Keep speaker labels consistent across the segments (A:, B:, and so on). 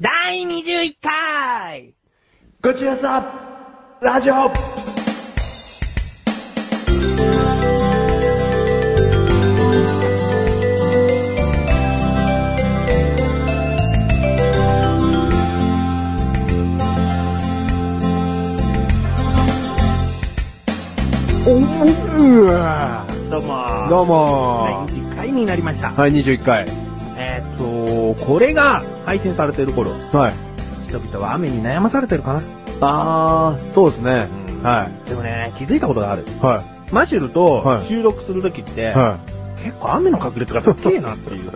A: 第21回
B: ごちらさラジオ
C: うわ
A: どうもー
C: どうも
A: 第
C: ー。
A: 21回になりました。
C: はい、21回。
A: えーっと、これが配信されてる頃、
C: はい。
A: 人々は雨に悩まされてるかな。
C: あー、そうですね。は
A: でもね、気づいたことがある。
C: い。は
A: マシュルと
C: はい
A: 収録するときっ
C: い。
A: て、
C: はい。
A: 結構雨の確率が高いなって いう。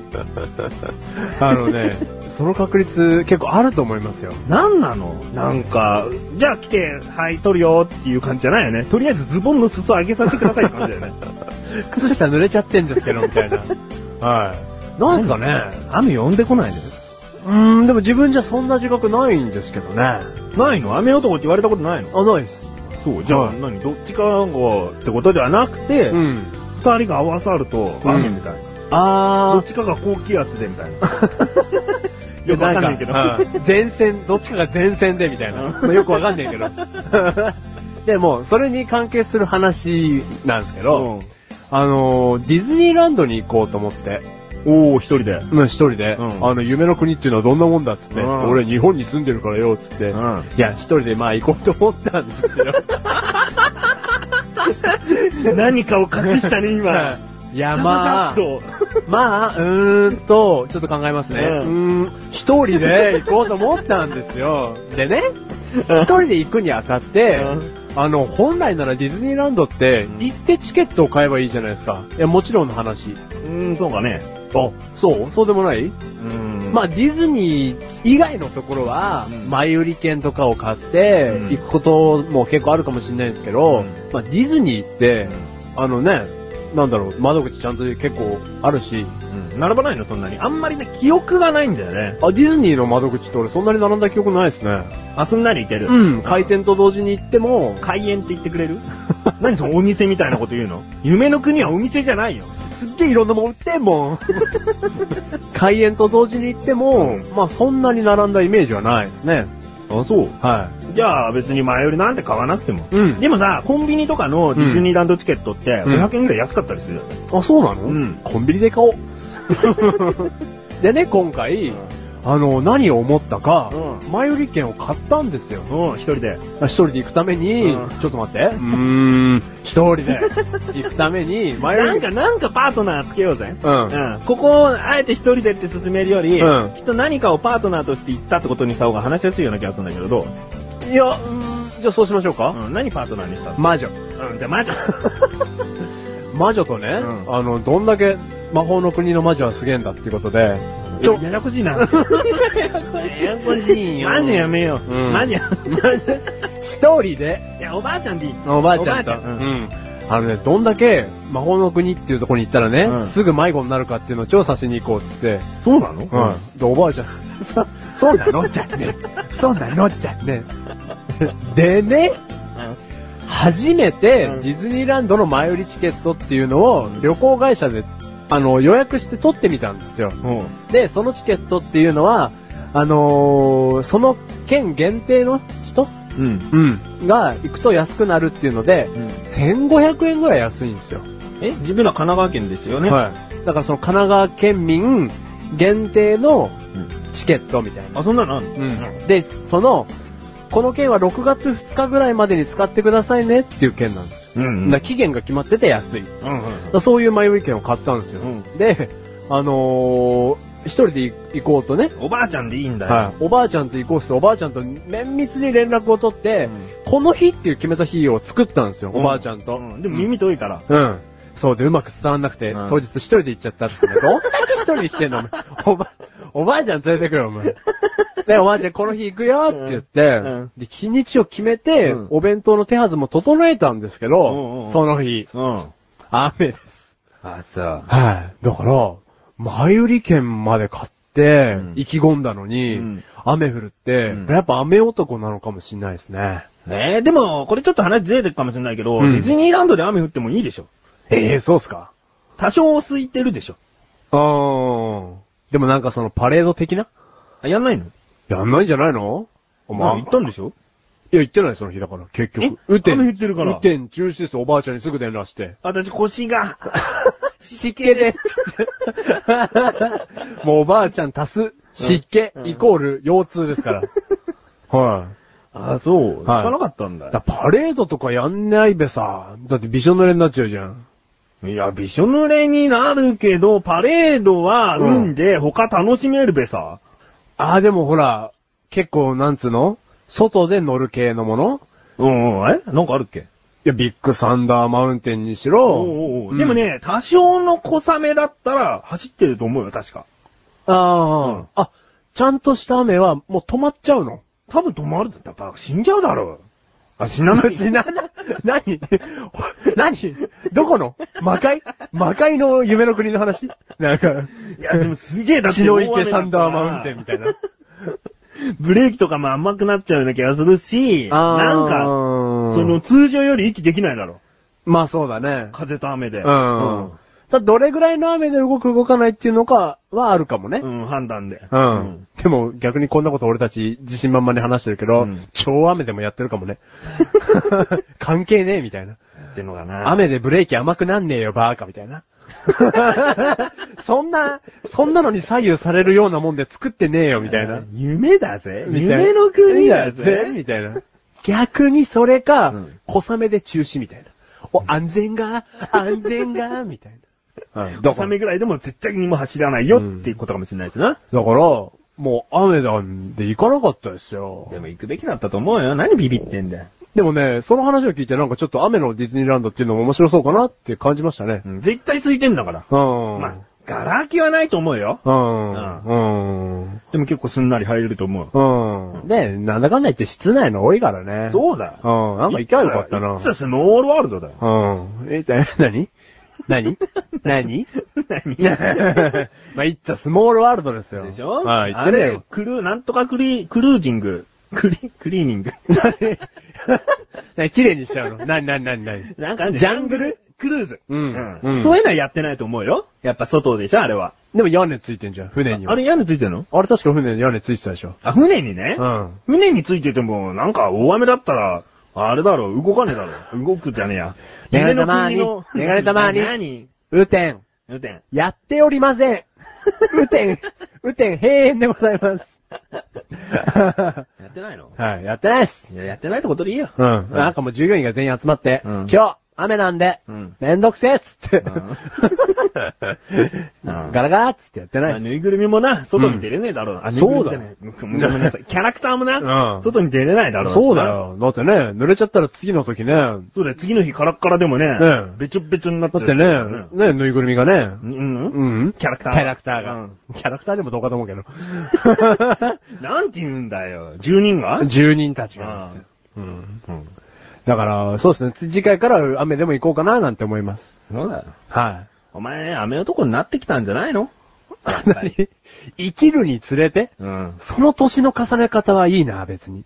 C: あの ね、その確率結構あると思いますよ。
A: なんなのなんか、じゃあ来て、はい、撮るよっていう感じじゃないよね。とりあえずズボンの裾上げさせてくださいって感じだよね。
C: 靴下濡れちゃってんですけど、みたいな。はい。なんすかね。
A: 雨呼んでこないで
C: うーん、でも自分じゃそんな自覚ないんですけどね。あ、
A: ないの雨男って言われたことないの
C: ないです。
A: そう、じゃあ、
C: はい
A: 何どっちかがってことではなくて、二、
C: ん。
A: 人が合わさると、
C: うん
A: 雨みたいな、ど
C: あ
A: っちかが高気圧でみ たいな。
C: ー、
A: よくわかんないけど。
C: んかうん前線、どっちかが前線で、みたいな。まあよくわかんないけど。 でも、それに関係する話なんですけど、
A: うん
C: あのー、ディズニーランドに行こうと思って、
A: おー、一人で。
C: うん一人で、
A: うん
C: あの、夢の国っていうのはどんなもんだっつって、
A: うん
C: 俺日本に住んでるからよ、っつって、い
A: ん。
C: や、一人でまあ行こうと思ったんですよ。
A: 何かを隠したね、今。
C: いや、
A: ま
C: ま
A: あ
C: あ、まあ、うーんと、ちょっと考えますね。う
A: う
C: ーん、一人で行こうと思ったんですよ。でね、一人で行くにあたって、あの、本来ならディズニーランドって、行ってチケットを買えばいいじゃないですか。いや、もちろんの話。
A: うん、そうかね。
C: あ、そうそうでもない
A: うん
C: まあ、ディズニー以外のところは
A: う、ん
C: 前売り券とかを買って
A: うん、
C: 行くことも結構あるかもしれないんですけ
A: う
C: ど
A: ん、
C: まあ、ディズニーって、あのね、なんだろう、窓口ちゃんと結構あるし、
A: うん並ばないの、そんなに。あんまりね、記憶がないんだよね。
C: あ、ディズニーの窓口って俺そんなに並んだ記憶ないですね。
A: あ、すんなりいける。
C: うん、開店と同時に行っても、
A: 開園って言ってくれ る何そのお店みたいなこと言うの夢の国はお店じゃないよ。
C: すっげえいろんなもん売ってんもん。開園と同時に行っても、まあそんなに並んだイメージはないですね。
A: あ、そう。
C: は
A: じゃあ別に前売りなんて買わなくても。
C: い。うん。
A: でもさ、コンビニとかのディズニーランドチケットって
C: うん
A: 500円ぐらい安かったりするよね。
C: あ、そうなの
A: うん
C: コンビニで 買おう。でね、今回、あの、何を思ったか、
A: う
C: 前売り券を買ったんですよ。
A: うん、一人で。
C: 一人で行くために、
A: うん
C: ちょっと待って。うーん、一人で行くために、前
A: な
C: 売
A: ん
C: り
A: か、なんかパートナーつけようぜ。
C: う
A: う
C: ん。
A: ん、ここをあえて一人でって進めるより、
C: うん
A: きっと何かをパートナーとして行ったってことにした方が話しやすいような気がするんだけど、どう、
C: いや、うーんじゃあそうしましょうか。
A: うん、何パートナーにした
C: 魔女。
A: のうん、じゃあマジ
C: 魔女とね、
A: うん
C: あの、どんだけ魔法の国の魔女はすげえんだっていうことで、
A: ちょ、ややこしい な。
C: ややこしい
A: マジやめよう。
C: うん
A: マジや、マジ。い
C: 一人で、
A: や、おばあちゃんでいい。
C: おばあちゃんと。
A: おばあちゃんう
C: うんあのね、どんだけ魔法の国っていうところに行ったらね、
A: うん
C: すぐ迷子になるかっていうのを調査しに行こうっつって、
A: そうなの
C: うん。で、おばあちゃん、そ、そうなのじゃんね。そうなのじゃんね。でね、初めて
A: うん
C: ディズニーランドの前売りチケットっていうのを旅行会社で、あの、予約して取ってみたんですよ。
A: うん。うん。
C: で、そのチケットっていうのは、あのーその県限定の人
A: うん。
C: うん。が行くと安くなるっていうので、1500円ぐらい安いんですよ。
A: え、自分ら神奈川県ですよね。
C: はい。だからその神奈川県民限定の
A: うん
C: チケットみたいな。
A: あ、そんなのあんの
C: うん。で、その、この券は6月2日ぐらいまでに使ってくださいねっていう券なんですよ。
A: うん。うん。
C: だから期限が決まってて安い。だか
A: うん。
C: らそういう前売り券を買ったんですよ。
A: うん
C: で、あのー一人で行こうとね、
A: おばあちゃんでいいんだよ。
C: はい。おばあちゃんと行こうっすとおばあちゃんと綿密に連絡を取って、この日っていう決めた日を作ったんですよ、
A: うん
C: おばあちゃんと。
A: うんでも耳遠いから。
C: うん。そうで、うまく伝わんなくて、
A: うん
C: 当日一人で行っちゃったっす ね。どんだけ一人で来てんのお前おば、おばあちゃん連れてくるよ、お前。で、おばあちゃんこの日行くよって言って、
A: うん
C: で、日にちを決めて、
A: うん
C: お弁当の手はずも整えたんですけど、
A: んうんうん
C: その日、
A: うん。
C: 雨です。
A: あ、そう。
C: はい。だから、前売り券まで買って
A: うん、
C: 意気込んだのに、
A: うん
C: 雨降るって、
A: うん
C: やっぱ雨男なのかもしれないですね。
A: えー、でも、これちょっと話ずれてるかもしれないけど、
C: うん
A: ディズニーランドで雨降ってもいいでしょ。
C: ええ そうっすか
A: 多少空いてるでしょ。
C: あー。でもなんかそのパレード的な
A: あやんないの
C: いやんないんじゃないのお前、
A: 行ったんでしょ
C: いや、行ってない、その日だから、結局。
A: え
C: 雨天。
A: 雨降ってるから
C: 雨天中止です、おばあちゃんにすぐ電話 して。
A: 私腰 が。
C: 湿気で。もうおばあちゃん足す、湿気、イコール、腰痛で すから。はい。
A: あ、そう。行
C: はい
A: かなかったんだ
C: だからパレードとかやんないべさ。だってびしょ濡れになっちゃうじゃん。
A: いや、びしょ濡れになるけど、パレードは運で他楽しめるべさ。
C: ああ、でもほら、結構、なんつうの外で乗る系のもの
A: うん、うん、えなんかあるっけ
C: いや、ビッグサンダーマウンテンにしろ。うん
A: でも、ね、多少の小雨だったら走ってると思うよ、確か。
C: ああ、あ、ちゃんとした雨はもう止まっちゃうの。
A: 多分止まるだったら死んじゃうだろう。あ、 死なない。
C: 死 なな、何 何どこの魔界魔界の夢の国の話なんか、
A: いや、でもすげえだって
C: 血の池
A: 大
C: サ
A: 雨
C: ン
A: だ
C: ダ
A: か
C: ー
A: ら
C: マウンテンみたいな。
A: ブレーキとかも甘くなっちゃうような気がするし、なんか、
C: か
A: その、通常より息できないだろう。
C: まあそうだね。
A: 風と雨で。
C: うん。だどれぐらいの雨で動く動かないっていうのかはあるかもね。
A: うん、うん判断で。
C: うん。でも逆にこんなこと俺たち自信満々に話してるけど、
A: うん
C: 超雨でもやってるかもね。 関係ねえみたいな。
A: ってのかな。
C: 雨でブレーキ甘くなんねえよバーカみたいな。 そんな、そんなのに左右されるようなもんで作ってねえよみたいな。
A: 夢だぜ。
C: みたいな
A: 夢の国だぜ。
C: みたいな。逆にそれか、
A: うん
C: 小雨で中止みたいな。お、安全が、安全が、みたいな。うん、だ
A: 小
C: から、
A: 雨ぐらいでも絶対にもう走らないよっていうことかもしれないしな。
C: だからもう雨なんで行かなかったですよ。
A: でも行くべきだったと思うよ。何ビビってんだよ。
C: でもね、その話を聞いてなんかちょっと雨のディズニーランドっていうのも面白そうかなって感じましたね。
A: 絶対空いてんだから。
C: うん。
A: まあ、ガラ空きはないと思うよ。
C: うん。うん。
A: でも結構すんなり入れると思う。
C: うん。で、なんだかんだ言って室内の多いからね。う
A: そうだ。
C: うん。なんか行きゃよかったな。
A: いつはスノーワールドだよ。
C: うん。え、じゃあ、何何 何何 まあ、いったスモールワールドですよ。
A: でしょ
C: はい、行っ
A: あ
C: てみ
A: れ
C: よ、
A: クルー、なんとかクリー、クルージング。クリ、クリーニング。
C: 何何綺麗にしちゃうの何何何何
A: なんかね
C: ジャングル
A: クルーズ。
C: うん
A: う。
C: うんん
A: そういうのはやってないと思うよ。やっぱ外でしょ、あれは。
C: でも屋根ついてんじゃん、船には。
A: あれ屋根ついてんの
C: あれ確か船に屋根ついてたでしょ。
A: あ、船にね
C: う。ん。
A: 船についてても、なんか大雨だったら、あれだろ、動かねえだろ。動くじゃねえ や。
C: メガネ玉に
A: 夢の国の
C: メガネ玉 に
A: 何
C: 雨天、
A: 雨天。
C: やっておりません。雨 天、雨天、閉園でございます。
A: やってないの
C: はい、やってないっす。
A: いや、やってないってことでいいよ。
C: うん。なんかもう従業員が全員集まって、
A: うん
C: 今日、雨なんで、
A: うん
C: めんどくせえっつって、
A: うん
C: ガラガラっつってやってない
A: まあ
C: っす。
A: ぬいぐるみもな、外に出れねえだろうな。あぬいぐるみじゃないごめんなさい。 キャラクターもな、
C: うん
A: 外に出れないだろな
C: そうだ。よ。だってね、濡れちゃったら次の時ね、だ
A: そうだよ、次の日カラッカラでもね
C: う、ん
A: べちょべちょになっちゃ
C: っ
A: う。
C: てね、ね、ぬいぐるみがね、
A: うん。うん
C: う
A: うん
C: ん
A: キャラクター
C: キャラクターが。
A: うん
C: キャラクターでもどうかと思うけど。
A: なんて言うんだよ。10人が
C: 住人たちがですよ。うん。
A: うん。
C: だから、そうですね。つ次回から雨でも行こうかななんて思います。
A: そうだよ。
C: は
A: お前、雨男になってきたんじゃないの
C: い。何 生きるにつれて、
A: うん。
C: その年の重ね方はいいな、別 に。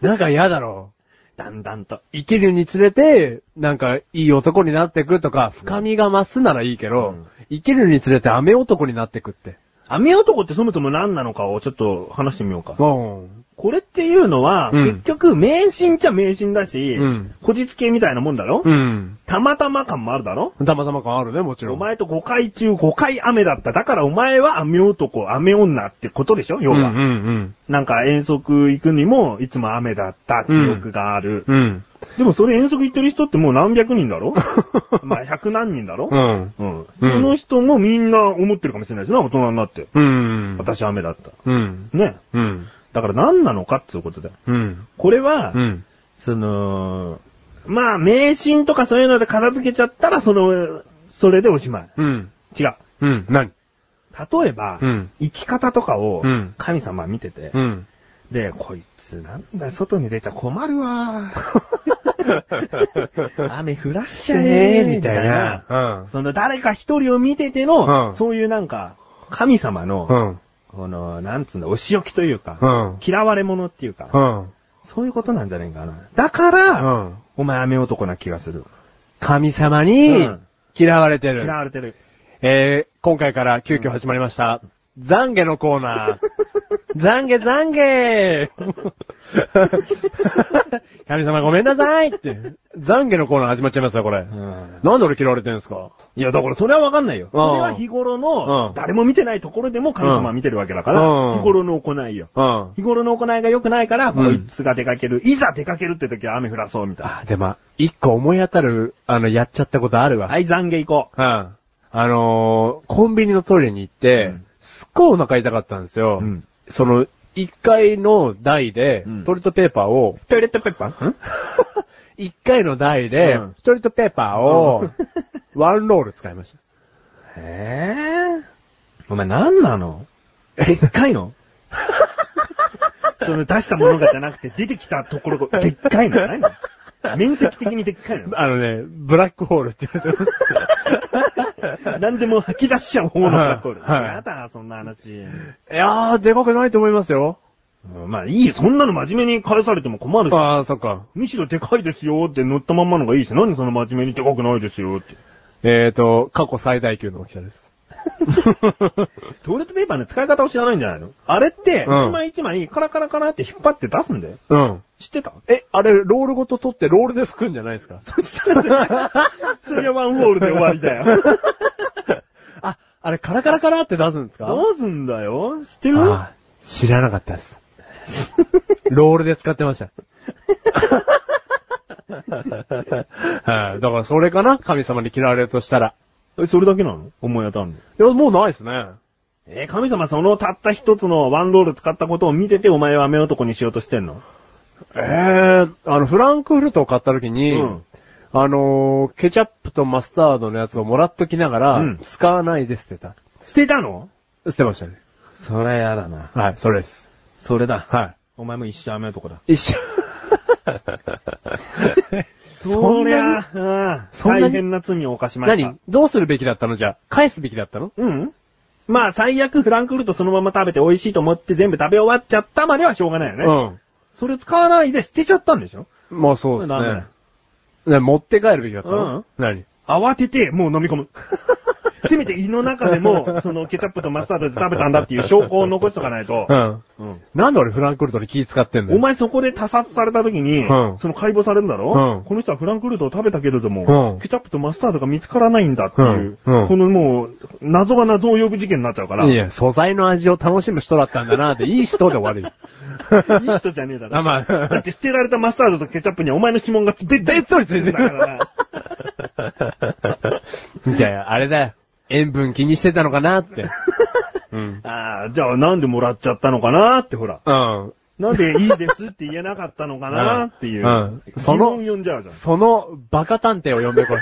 C: なんか嫌だろう。
A: だんだんと。
C: 生きるにつれて、なんか、いい男になってくとか、深みが増すならいいけど、
A: うん
C: 生きるにつれて雨男になってくって。
A: 雨男ってそもそも何なのかをちょっと話してみようか。
C: うん。
A: これっていうのは、
C: うん
A: 結局、迷信っちゃ迷信だし、
C: うん
A: こじつけみたいなもんだろ、
C: うん。
A: たまたま感もあるだろ
C: たまたま感あるね、もちろん。
A: お前と5回中5回雨だった。だからお前は雨男、雨女ってことでしょ要
C: う
A: は、
C: んうん
A: なんか遠足行くにも、いつも雨だった記憶がある。
C: うん。うん。
A: でもそれ遠足行ってる人ってもう何百人だ ろまあ100何人だろ、
C: うん。
A: うん。その人もみんな思ってるかもしれないしな、大人になって。
C: うん。
A: 私雨だった。
C: うん。
A: ね。
C: うん。
A: だから何なのかっていうことだよ。
C: うん。
A: これは、
C: うん。
A: その、まあ、迷信とかそういうので片付けちゃったら、その、それでおしまい。
C: うん。
A: 違う。
C: うん。何
A: 例えば、
C: うん
A: 生き方とかを
C: うん
A: 神様見てて、
C: うん。
A: で、こいつなんだ、外に出ちゃ困る わ。雨降らしちゃえ、みたいな。
C: な。
A: その誰か一人を見てての、
C: うん
A: そういうなんか、神様の、
C: うん。
A: この、なんつうんだ、お仕置きというか、
C: うん。
A: 嫌われ者っていうか、
C: うん。
A: そういうことなんじゃないかな。だから、
C: うん。
A: お前雨男な気がする。
C: 神様
A: う
C: に
A: ん
C: 嫌われてる
A: 嫌。われてる。
C: えー、今回から急遽始まりました。懺悔のコーナー。懺悔懺悔神様ごめんなさいって。懺悔のコーナー始まっちゃいますよ、これ。なんで俺嫌われてんですか
A: いや、だからそれはわかんないよ。
C: うん
A: それは日頃
C: う
A: の
C: ん、
A: 誰も見てないところでも神様は見てるわけだか
C: うん
A: ら、日頃の行いよ。
C: うん。
A: 日頃の行いが良くないから、
C: うん
A: こいつが出かける。いざ出かけるって時は雨降らそうみたいな。
C: あ、でも、一個思い当たる、あの、やっちゃったことあるわ。
A: はい、懺悔行こ
C: うん。あのーコンビニのトイレに行って、
A: うん
C: すっごいお腹痛かったんですよ。
A: うん
C: その、一回の台で、
A: うん
C: トイレットペーパーを、
A: う。トイレットペッパーん
C: 一回の台で、
A: うん
C: トイレットペーパ ーを、ワンロール使いました。
A: ええお前何なのでっかい のその出したものがじゃなくて出てきたところがでっかいの何面積的にでっかい の
C: あのね、ブラックホールって言われてます。
A: 何でも吐き出しちゃう方のブラックホール。
C: はい
A: やだ、そんな話。
C: いやー、でかくないと思いますよ。
A: うんまあいいよ、そんなの真面目に返されても困るし。
C: あー、そっか。
A: むしろでかいですよって乗ったまんまのがいいし、何その真面目にでかくないですよって。
C: えーと、過去最大級の大き さです。
A: トイレットペーパーの使い方を知らないんじゃないのあれって、
C: うん
A: 一枚一枚カラカラカラって引っ張って出すんだよ。
C: うん。
A: 知って た
C: え、あれ、ロールごと取ってロールで拭くんじゃないですか
A: そしたらそれ、それはワンホールで終わりだ よ。
C: あ、あれ、カラカラカラって出すんですか
A: どうすんだよ知ってる
C: あー知らなかった です。ロールで使ってま した。はい、だからそれかな神様に嫌われるとしたら。
A: えそれだけなの思い当たるの。
C: いや、もうないですね。
A: えー神様そのたった一つのワンロール使ったことを見ててお前は雨男にしようとしてんの
C: ええあの、フランクフルトを買った時に、
A: うん
C: あのーケチャップとマスタードのやつをもらっときながら、
A: うん
C: 使わないで捨てた。
A: 捨てたの
C: 捨てましたね。
A: それやだな。
C: はい、それです。
A: それだ。
C: は
A: お前も一生雨男だ。
C: い。一 緒。
A: そり
C: なに
A: ゃ、うん
C: そんなに
A: 大変な罪を犯しました。
C: 何どうするべきだったのじゃあ返すべきだったの
A: うん。まあ、最悪フランクフルトそのまま食べて美味しいと思って全部食べ終わっちゃったまではしょうがないよね。
C: うん。
A: それ使わないで捨てちゃったんでしょ
C: まあそうです
A: ダメだ
C: ね
A: よ。
C: ね持って帰るべきだったの、
A: うん
C: 何
A: 慌てて、もう飲み込 む。せめて胃の中でも、そのケチャップとマスタードで食べたんだっていう証拠を残しとかないと
C: う。ん。
A: うん
C: なんで俺フランクフルトに気使ってんの
A: お前そこで他殺された時に、
C: うん
A: その解剖されるんだろ、
C: うん
A: この人はフランクフルトを食べたけれども、
C: うん
A: ケチャップとマスタードが見つからないんだっていう、
C: うんうん
A: このもう、謎が謎を呼ぶ事件になっちゃうから、
C: いや、素材の味を楽しむ人だったんだ なって、いい人で終わるよ。
A: いい人じゃねえだろ。
C: あ、ま
A: だっ
C: あ。
A: て捨てられたマスタードとケチャップにはお前の指紋がべっ
C: 別につい
A: だ
C: て
A: か
C: る。
A: らな。
C: じゃあ、あれだよ。塩分気にしてたのか なって。うん。
A: ああ、じゃあなんでもらっちゃったのかなってほら。
C: うん。
A: なんでいいですって言えなかったのかなっていう。
C: うんうんそ
A: 疑
C: の
A: 問呼んじゃうじゃん。
C: その、バカ探偵を呼ん でこい。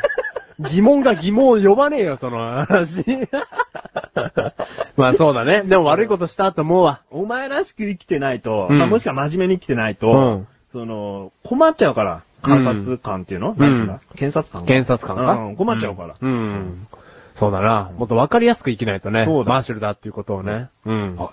C: 疑問が疑問を呼ばねえよ、そ の話。まあそうだね。でも悪いことしたと思うわ。
A: お前らしく生きてないと、
C: うん
A: まあ、もしくは真面目に生きてないと、
C: うん
A: その、困っちゃうから、観察官っていうの、なん
C: ん
A: ていうんだ検察官
C: 検察官か、
A: うん、困っちゃうから。
C: うん。うんそうだな。もっと分かりやすく生きないとね。
A: そうだ
C: マーシュルだっていうことをね。うん。
A: あ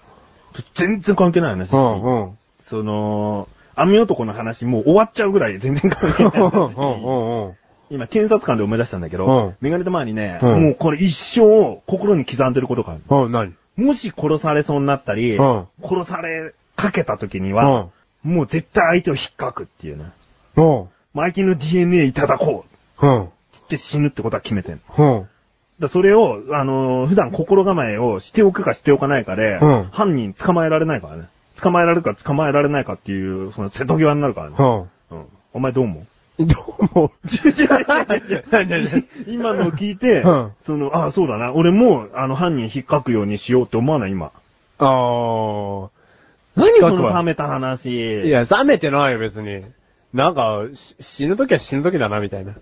A: 全然関係ない話、
C: うんうん。
A: その、網男の話もう終わっちゃうぐらい 全然関係ない話
C: うんうんうん。
A: 今、検察官で思い出したんだけど、
C: うん
A: メガネと前にね、
C: うん
A: もうこれ一生を心に刻んでることがある。
C: うん、何
A: もし殺されそうになったり、
C: うん
A: 殺されかけた時には、もう絶対相手を引っかくっていうね。
C: うん。
A: マイキの DNA いただこう
C: うん。
A: つって死ぬってことは決めてんの。
C: うん。
A: だそれを、あのー普段心構えをしておくかしておかないかで、
C: うん
A: 犯人捕まえられないからね。捕まえられるか捕まえられないかっていう、その瀬戸際になるからね。
C: う。
A: うん。お前どう思うん
C: どう も。
A: 違う違う違う
C: 何何何
A: 違う 今のを聞いて、
C: うん
A: その、あそうだな、俺も、あの、犯人引っかくようにしようって思わない、今。
C: あー。
A: 何その冷
C: は
A: めた話。
C: いや、冷めてないよ、別に。なんか、し死ぬときは死ぬときだな、みたいな。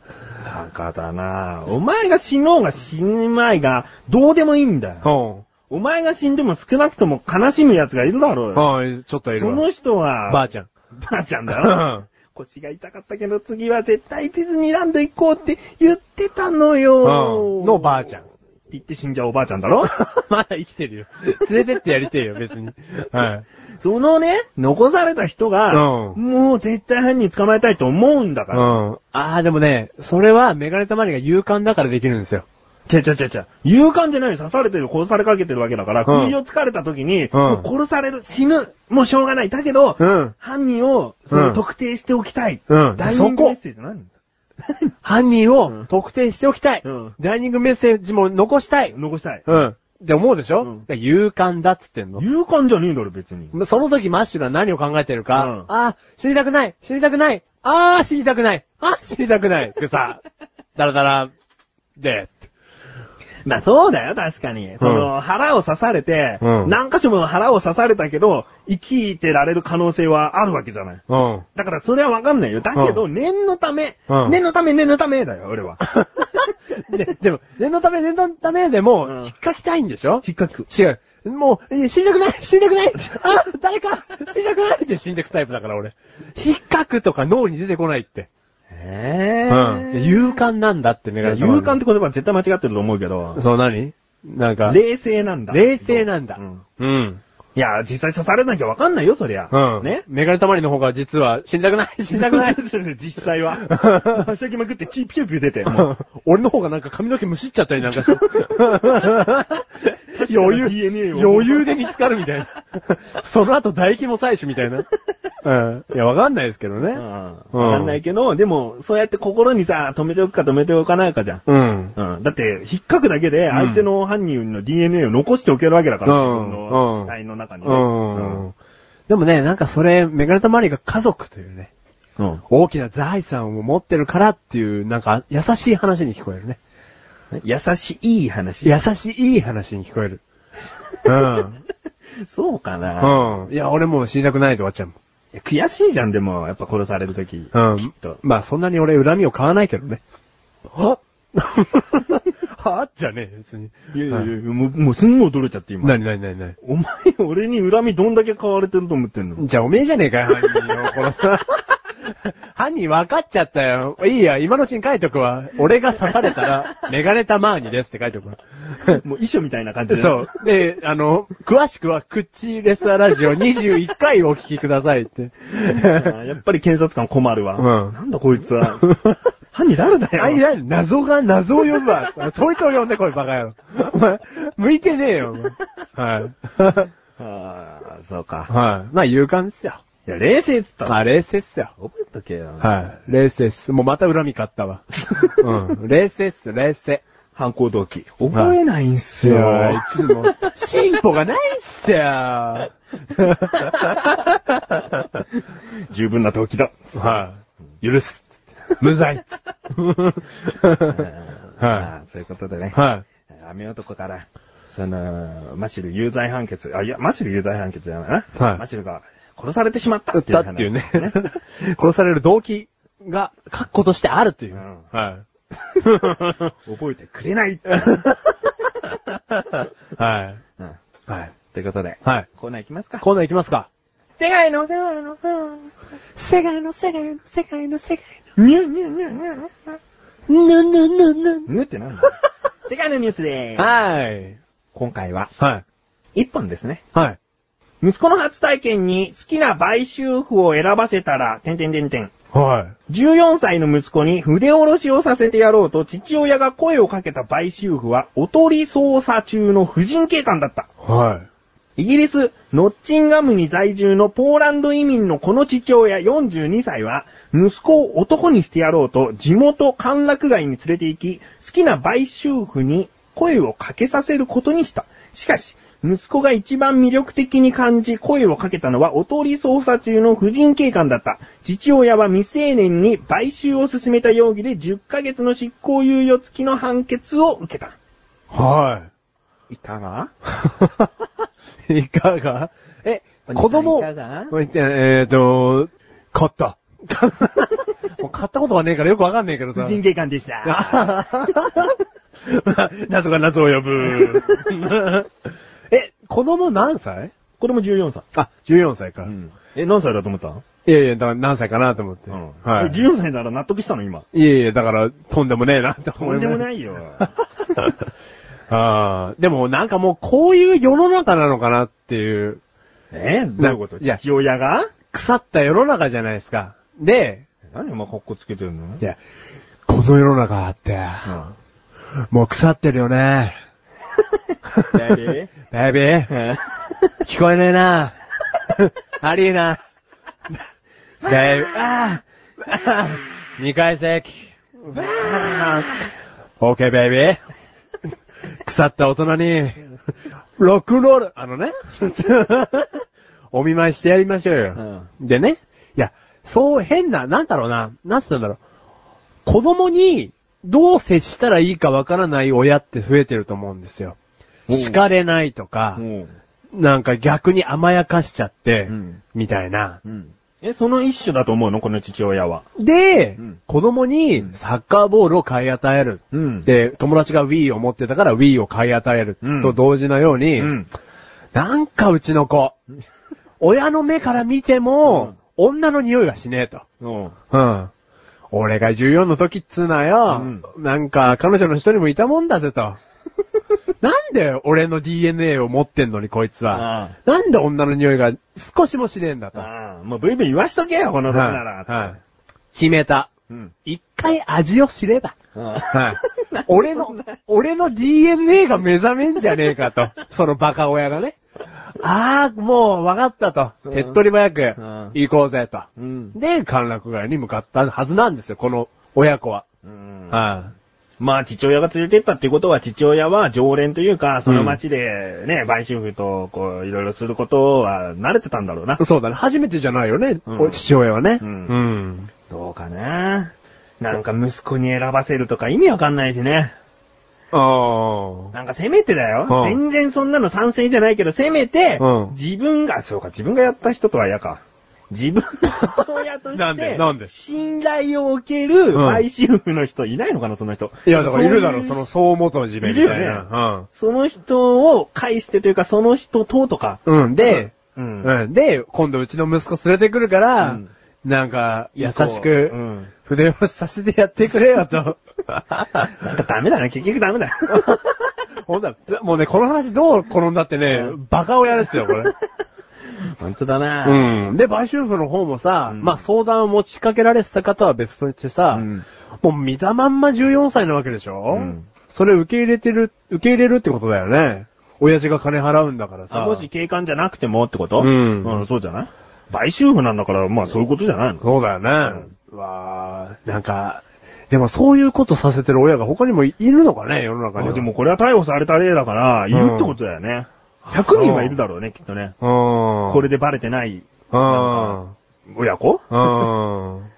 A: バカだなお前が死のうが死ぬ前が、どうでもいいんだよ。
C: うん。
A: お前が死んでも少なくとも悲しむ奴がいるだろうよ。
C: はい、ちょっといる
A: そ
C: わ。
A: の人は、
C: ばあちゃん。
A: ばあちゃんだ
C: う
A: ろ。
C: ん。
A: 腰が痛かったけど次は絶対ディズニーランド行こうって言ってたのよ。
C: うんのばあちゃん
A: って言って死んじゃうおばあちゃんだろ
C: まだ生きてるよ。連れてってやりてえよ、別に。はい。
A: そのね、残された人が、
C: うん
A: もう絶対犯人捕まえたいと思うんだか
C: う
A: ら。
C: ん。あー、でもね、それはメガネたまりが勇敢だからできるんですよ。
A: ちゃちゃちゃちゃ。勇敢じゃないよ。刺されてる、殺されかけてるわけだから、
C: うん
A: 首を突かれた時に、
C: ん
A: もう殺される、死ぬ、もうしょうがない。だけど、
C: うん
A: 犯人を、その
C: うん
A: 特定しておきたい。
C: うん
A: ダイニ
C: そ
A: ングメ
C: こ
A: ッ、セージ何
C: 犯人を特定しておきたい、
A: うん
C: ダイニングメッセージも残したい。
A: 残したい。
C: うん。って思うでしょ、
A: う
C: うん勇敢だっつってんの。
A: 勇敢じゃねえだろ、別に。
C: その時マッシュルは何を考えてるか、
A: うん
C: ああ、知りたくない知りたくないああ、知りたくないああ、知りたくないっ てさ、だらだら、で、
A: まあそうだよ、確かに。その、腹を刺されて、
C: うん
A: 何箇所も腹を刺されたけど、生きてられる可能性はあるわけじゃない。
C: うん。
A: だからそれはわかんないよ。だけど、念のため、
C: うん
A: 念のため、念のためだよ、俺は。
C: で、でも、念のため、念のためでも、
A: うん
C: 引っかきたいんでしょ、
A: きっかく。
C: 違う。もう、え死んでくない死んでくないあ誰か死んでくないって死んでくタイプだから俺。引っかくとか脳に出てこないって。
A: え
C: で勇敢なんだってね。
A: 勇敢って言葉は絶対間違ってると思うけど、
C: そう何なんか、
A: 冷静なんだ。
C: 冷静なんだ
A: う。
C: うん。
A: いや、実際刺されなきゃわかんないよ、そりゃ。
C: うん。
A: ね
C: メガネたまりの方が実は死んでくない死んでくない
A: 実際は。はしゃぎまくってチーピューピュー出て、もう。
C: 俺の方がなんか髪の毛むしっちゃったりなんか して。
A: 確かに
C: 余
A: DNA
C: 裕、
A: を
C: 余裕で見つかるみたいな。 その後唾液も採取みたいな。 うん。いや、わかんないですけどね。
A: うんわかんないけど、でも、そうやって心にさ、止めておくか止めておかないかじゃん。
C: うん。
A: うん。だって、引っかくだけで、相手の犯人の DNA を残しておけるわけだから、
C: うん
A: 自分の死体の中にね。
C: うん。でもね、なんかそれ、メガネタマリが家族というね、
A: うん。
C: 大きな財産を持ってるからっていう、なんか優しい話に聞こえるね。
A: 優しい話。
C: 優しいいい話に聞こえる。 うん。
A: そうかな。
C: うん。いや、俺もう死にたくないで終わっちゃう
A: いや悔しいじゃん、でも、やっぱ殺されるとき。
C: もん。うん。
A: きっと。
C: まあそんなに俺恨みを買わないけどね。 ははじゃねえ、別に。
A: いやいやい
C: は
A: や、もう、もうすんごい驚いちゃって、今。
C: なになになになに
A: お前、俺に恨みどんだけ買われてると思ってんの
C: じゃあおめえじゃねえかよ、犯人を殺す。 犯人分かっちゃったよ。いいや、今のうちに書いとくわ。俺が刺された ら、メガネタマーニですって書いとくわ。
A: もう遺書みたいな感じで。
C: そう。で、あの、詳しくは、クッチーレスアラジオ21回をお聞きください って。
A: あー。やっぱり検察官困るわ。
C: うん
A: なんだこいつは。犯人誰 だよ。
C: あいや、謎が謎を呼ぶわ。 そいつを呼んでこい、バカ野郎。お前、向いてねえよ、お前はい。
A: あ あ、そうか。
C: はい。まあ、勇敢ですよ。
A: いや、冷静っつった
C: ま
A: ら、
C: あ、冷静っすよ。
A: 覚えとけよ。
C: はい。冷静っす。もうまた恨み買った わ。うん。冷静っす、冷静。
A: 犯行動機。覚えないんす
C: い
A: よ。
C: やいつも、進歩がないっすよ。は
A: 十分な動機だ。
C: い。許す。無罪。
A: あ
C: は
A: ーそういうことでね
C: い。。は
A: 雨男から、その、マシル有罪判決、あ、いや、マシル有罪判決じゃないな。
C: はい
A: マシルが殺されてしまった
C: い。
A: っていう
C: だ
A: 話。
C: っていうね。殺される動機が、確固としてあるというう。
A: ん
C: はい。
A: 覚えてくれないって。
C: はい。
A: うん
C: はい。
A: ということで、
C: はい。
A: コーナー行きますか。
C: コーナー行きますか。
B: 世界の世界の世界の
D: 世界の世界の世界の世界
A: ニュニュニュニュ
D: の。ぬぬぬぬ。
A: ニュってなん だ世界のニュースでーす。
C: はい。
A: 今回は、
C: はい。
A: 一本ですね。
C: はい。
A: 息子の初体験に好きな買収婦を選ばせたら、てんてんてんてん。
C: は
A: 14歳の息子に筆下ろしをさせてやろうと父親が声をかけた買収婦はおとり捜査中の婦人警官だった。
C: い。はい。
A: イギリス、ノッチンガムに在住のポーランド移民のこの父親42歳は、息子を男にしてやろうと地元歓楽街に連れて行き、好きな売春婦に声をかけさせることにした。しかし、息子が一番魅力的に感じ声をかけたのはおとり捜査中の婦人警官だった。父親は未成年に買収を進めた容疑で10ヶ月の執行猶予付きの判決を受けた。
C: はい
A: かが
C: い。いかがえ、子供、
A: いかが
C: えっと、買った。もう買ったことがねえからよくわかんねえけど
A: 婦
C: さ。
A: 人警官で した。
C: 謎が謎を 呼ぶ。え、子供何歳
A: これも14歳。
C: あ、14歳か。
A: え、何歳だと思った
C: いやいや、だから何歳かなと思って。はい。
A: 14歳なら納得したの、今。
C: いやいや、だから、とんでもねえなって
A: と
C: 思い
A: ん
C: まし
A: で
C: た
A: もないよ。
C: ああ、でもなんかもうこういう世の中なのかなっていう、
A: えどういうこと
C: いや
A: 父親が
C: 腐った世の中じゃないですか。で、
A: 何お前格好つけてるの
C: いや、この世の中って、
A: うん
C: もう腐ってるよね。
A: 誰
C: ベイビー、 聞こえね えな。ありえな。ベイビー、ああ二階席。オーケーベイビー。腐った大人に、ロックンロール、あ のね、お見舞いしてやりましょうよ。でね、いや、そう変な、なんだろうな、なんつったんだろう。子供にどう接したらいいかわからない親って増えてると思うんですよ。
A: おう
C: 叱れないとか、
A: うん。
C: なんか逆に甘やかしちゃって、
A: うん
C: みたいな。
A: うん。え、その一種だと思うのこの父親は。
C: で、
A: うん
C: 子供にサッカーボールを買い与える。
A: うん
C: で、友達が Wii を持ってたから Wii を買い与える。
A: うん
C: と同時のように、
A: うん。
C: なんかうちの子、親の目から見ても、女の匂いはしねえと。
A: うん。
C: うん。俺が14の時っつうなよ、なんか彼女の一人もいたもんだ ぜと。なんで俺の DNA を持ってんのにこいつは。
A: あ
C: なんで女の匂いが少しもしねえんだ
A: あ。
C: と。
A: ああ。もうブイブイ言わしとけよ、この時なら。
C: はいはい決めた。
A: うん。
C: 一回味を知れば。
A: は
C: はい。 俺の、俺の DNA が目覚めんじゃねえ かと。そのバカ親がね。ああ、もう分かった
A: う
C: と。
A: ん
C: 手っ取り早く
A: うん
C: 行こうぜと。
A: い。うん。
C: で、歓楽街に向かったはずなんですよ、この親子は。
A: うん
C: は
A: まあ、父親が連れてったってことは、父親は常連というか、その町でね、売春婦と、こう、いろいろすることは慣れてたんだろうな。
C: い。そうだね。初めてじゃないよね、
A: うん
C: お父親はね。
A: うん
C: うん
A: どうかななんか息子に選ばせるとか意味わかんないしね。
C: ああ。
A: なんかせめてだよ。
C: うん
A: 全然そんなの賛成じゃないけど、せめて、
C: うん
A: 自分が、そうか、自分がやった人とは嫌か。自分の父親と
C: なん
A: し
C: で
A: て
C: なんで、
A: 信頼を受ける
C: うん
A: 売春婦の人いないのかな、その人。
C: いや、だからいるだろ、
A: う
C: その総元の地面みたい
A: いるよ
C: な。
A: その人を介してというか、その人ととか。
C: うん。うん。で、
A: うん
C: うん。で、今度うちの息子連れてくるから、
A: うん
C: なんか、優し
A: う
C: く、
A: ん。
C: 筆をさせてやってくれよ と。
A: なんかダメだな、結局ダメだ。
C: ほんだ、もうね、この話どう転んだってね、バカ親ですよ、これ。
A: 本当だな。
C: うん。で、売春婦の方もさ、
A: うん
C: まあ相談を持ちかけられてた方は別としてさ、
A: うん
C: もう見たまんま14歳なわけでしょ、
A: うん
C: それ受け入れてる、受け入れるってことだよね。親父が金払うんだからさ。
A: あもし警官じゃなくてもってこと
C: うん
A: うん、そうじゃない買収婦なんだから、まあそういうことじゃないの
C: そうだよね。うわーなんか、でもそういうことさせてる親が他にもいるのかね、世の中に
A: あ
C: は。
A: でもこれは逮捕された例だから、いるってことだよね。100人はいるだろうね、きっとね。
C: うん。
A: これでバレてない
C: うん。うん。
A: 親子
C: うん。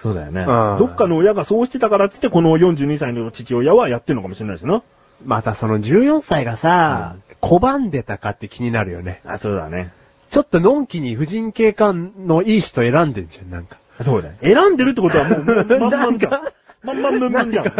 A: そうだよね
C: うん
A: どっかの親がそうしてたからっつって、この42歳の父親はやってるのかもしれないしな。
C: またその14歳がさ、拒んでたかって気になるよね。
A: あ、そうだね。
C: ちょっとのんきに婦人警官のいい人選んでんじゃん、なん か。
A: そうだよ。選んでるってことはもう、まんまんじゃん
C: なんか。
A: まんまんまんまんじゃん。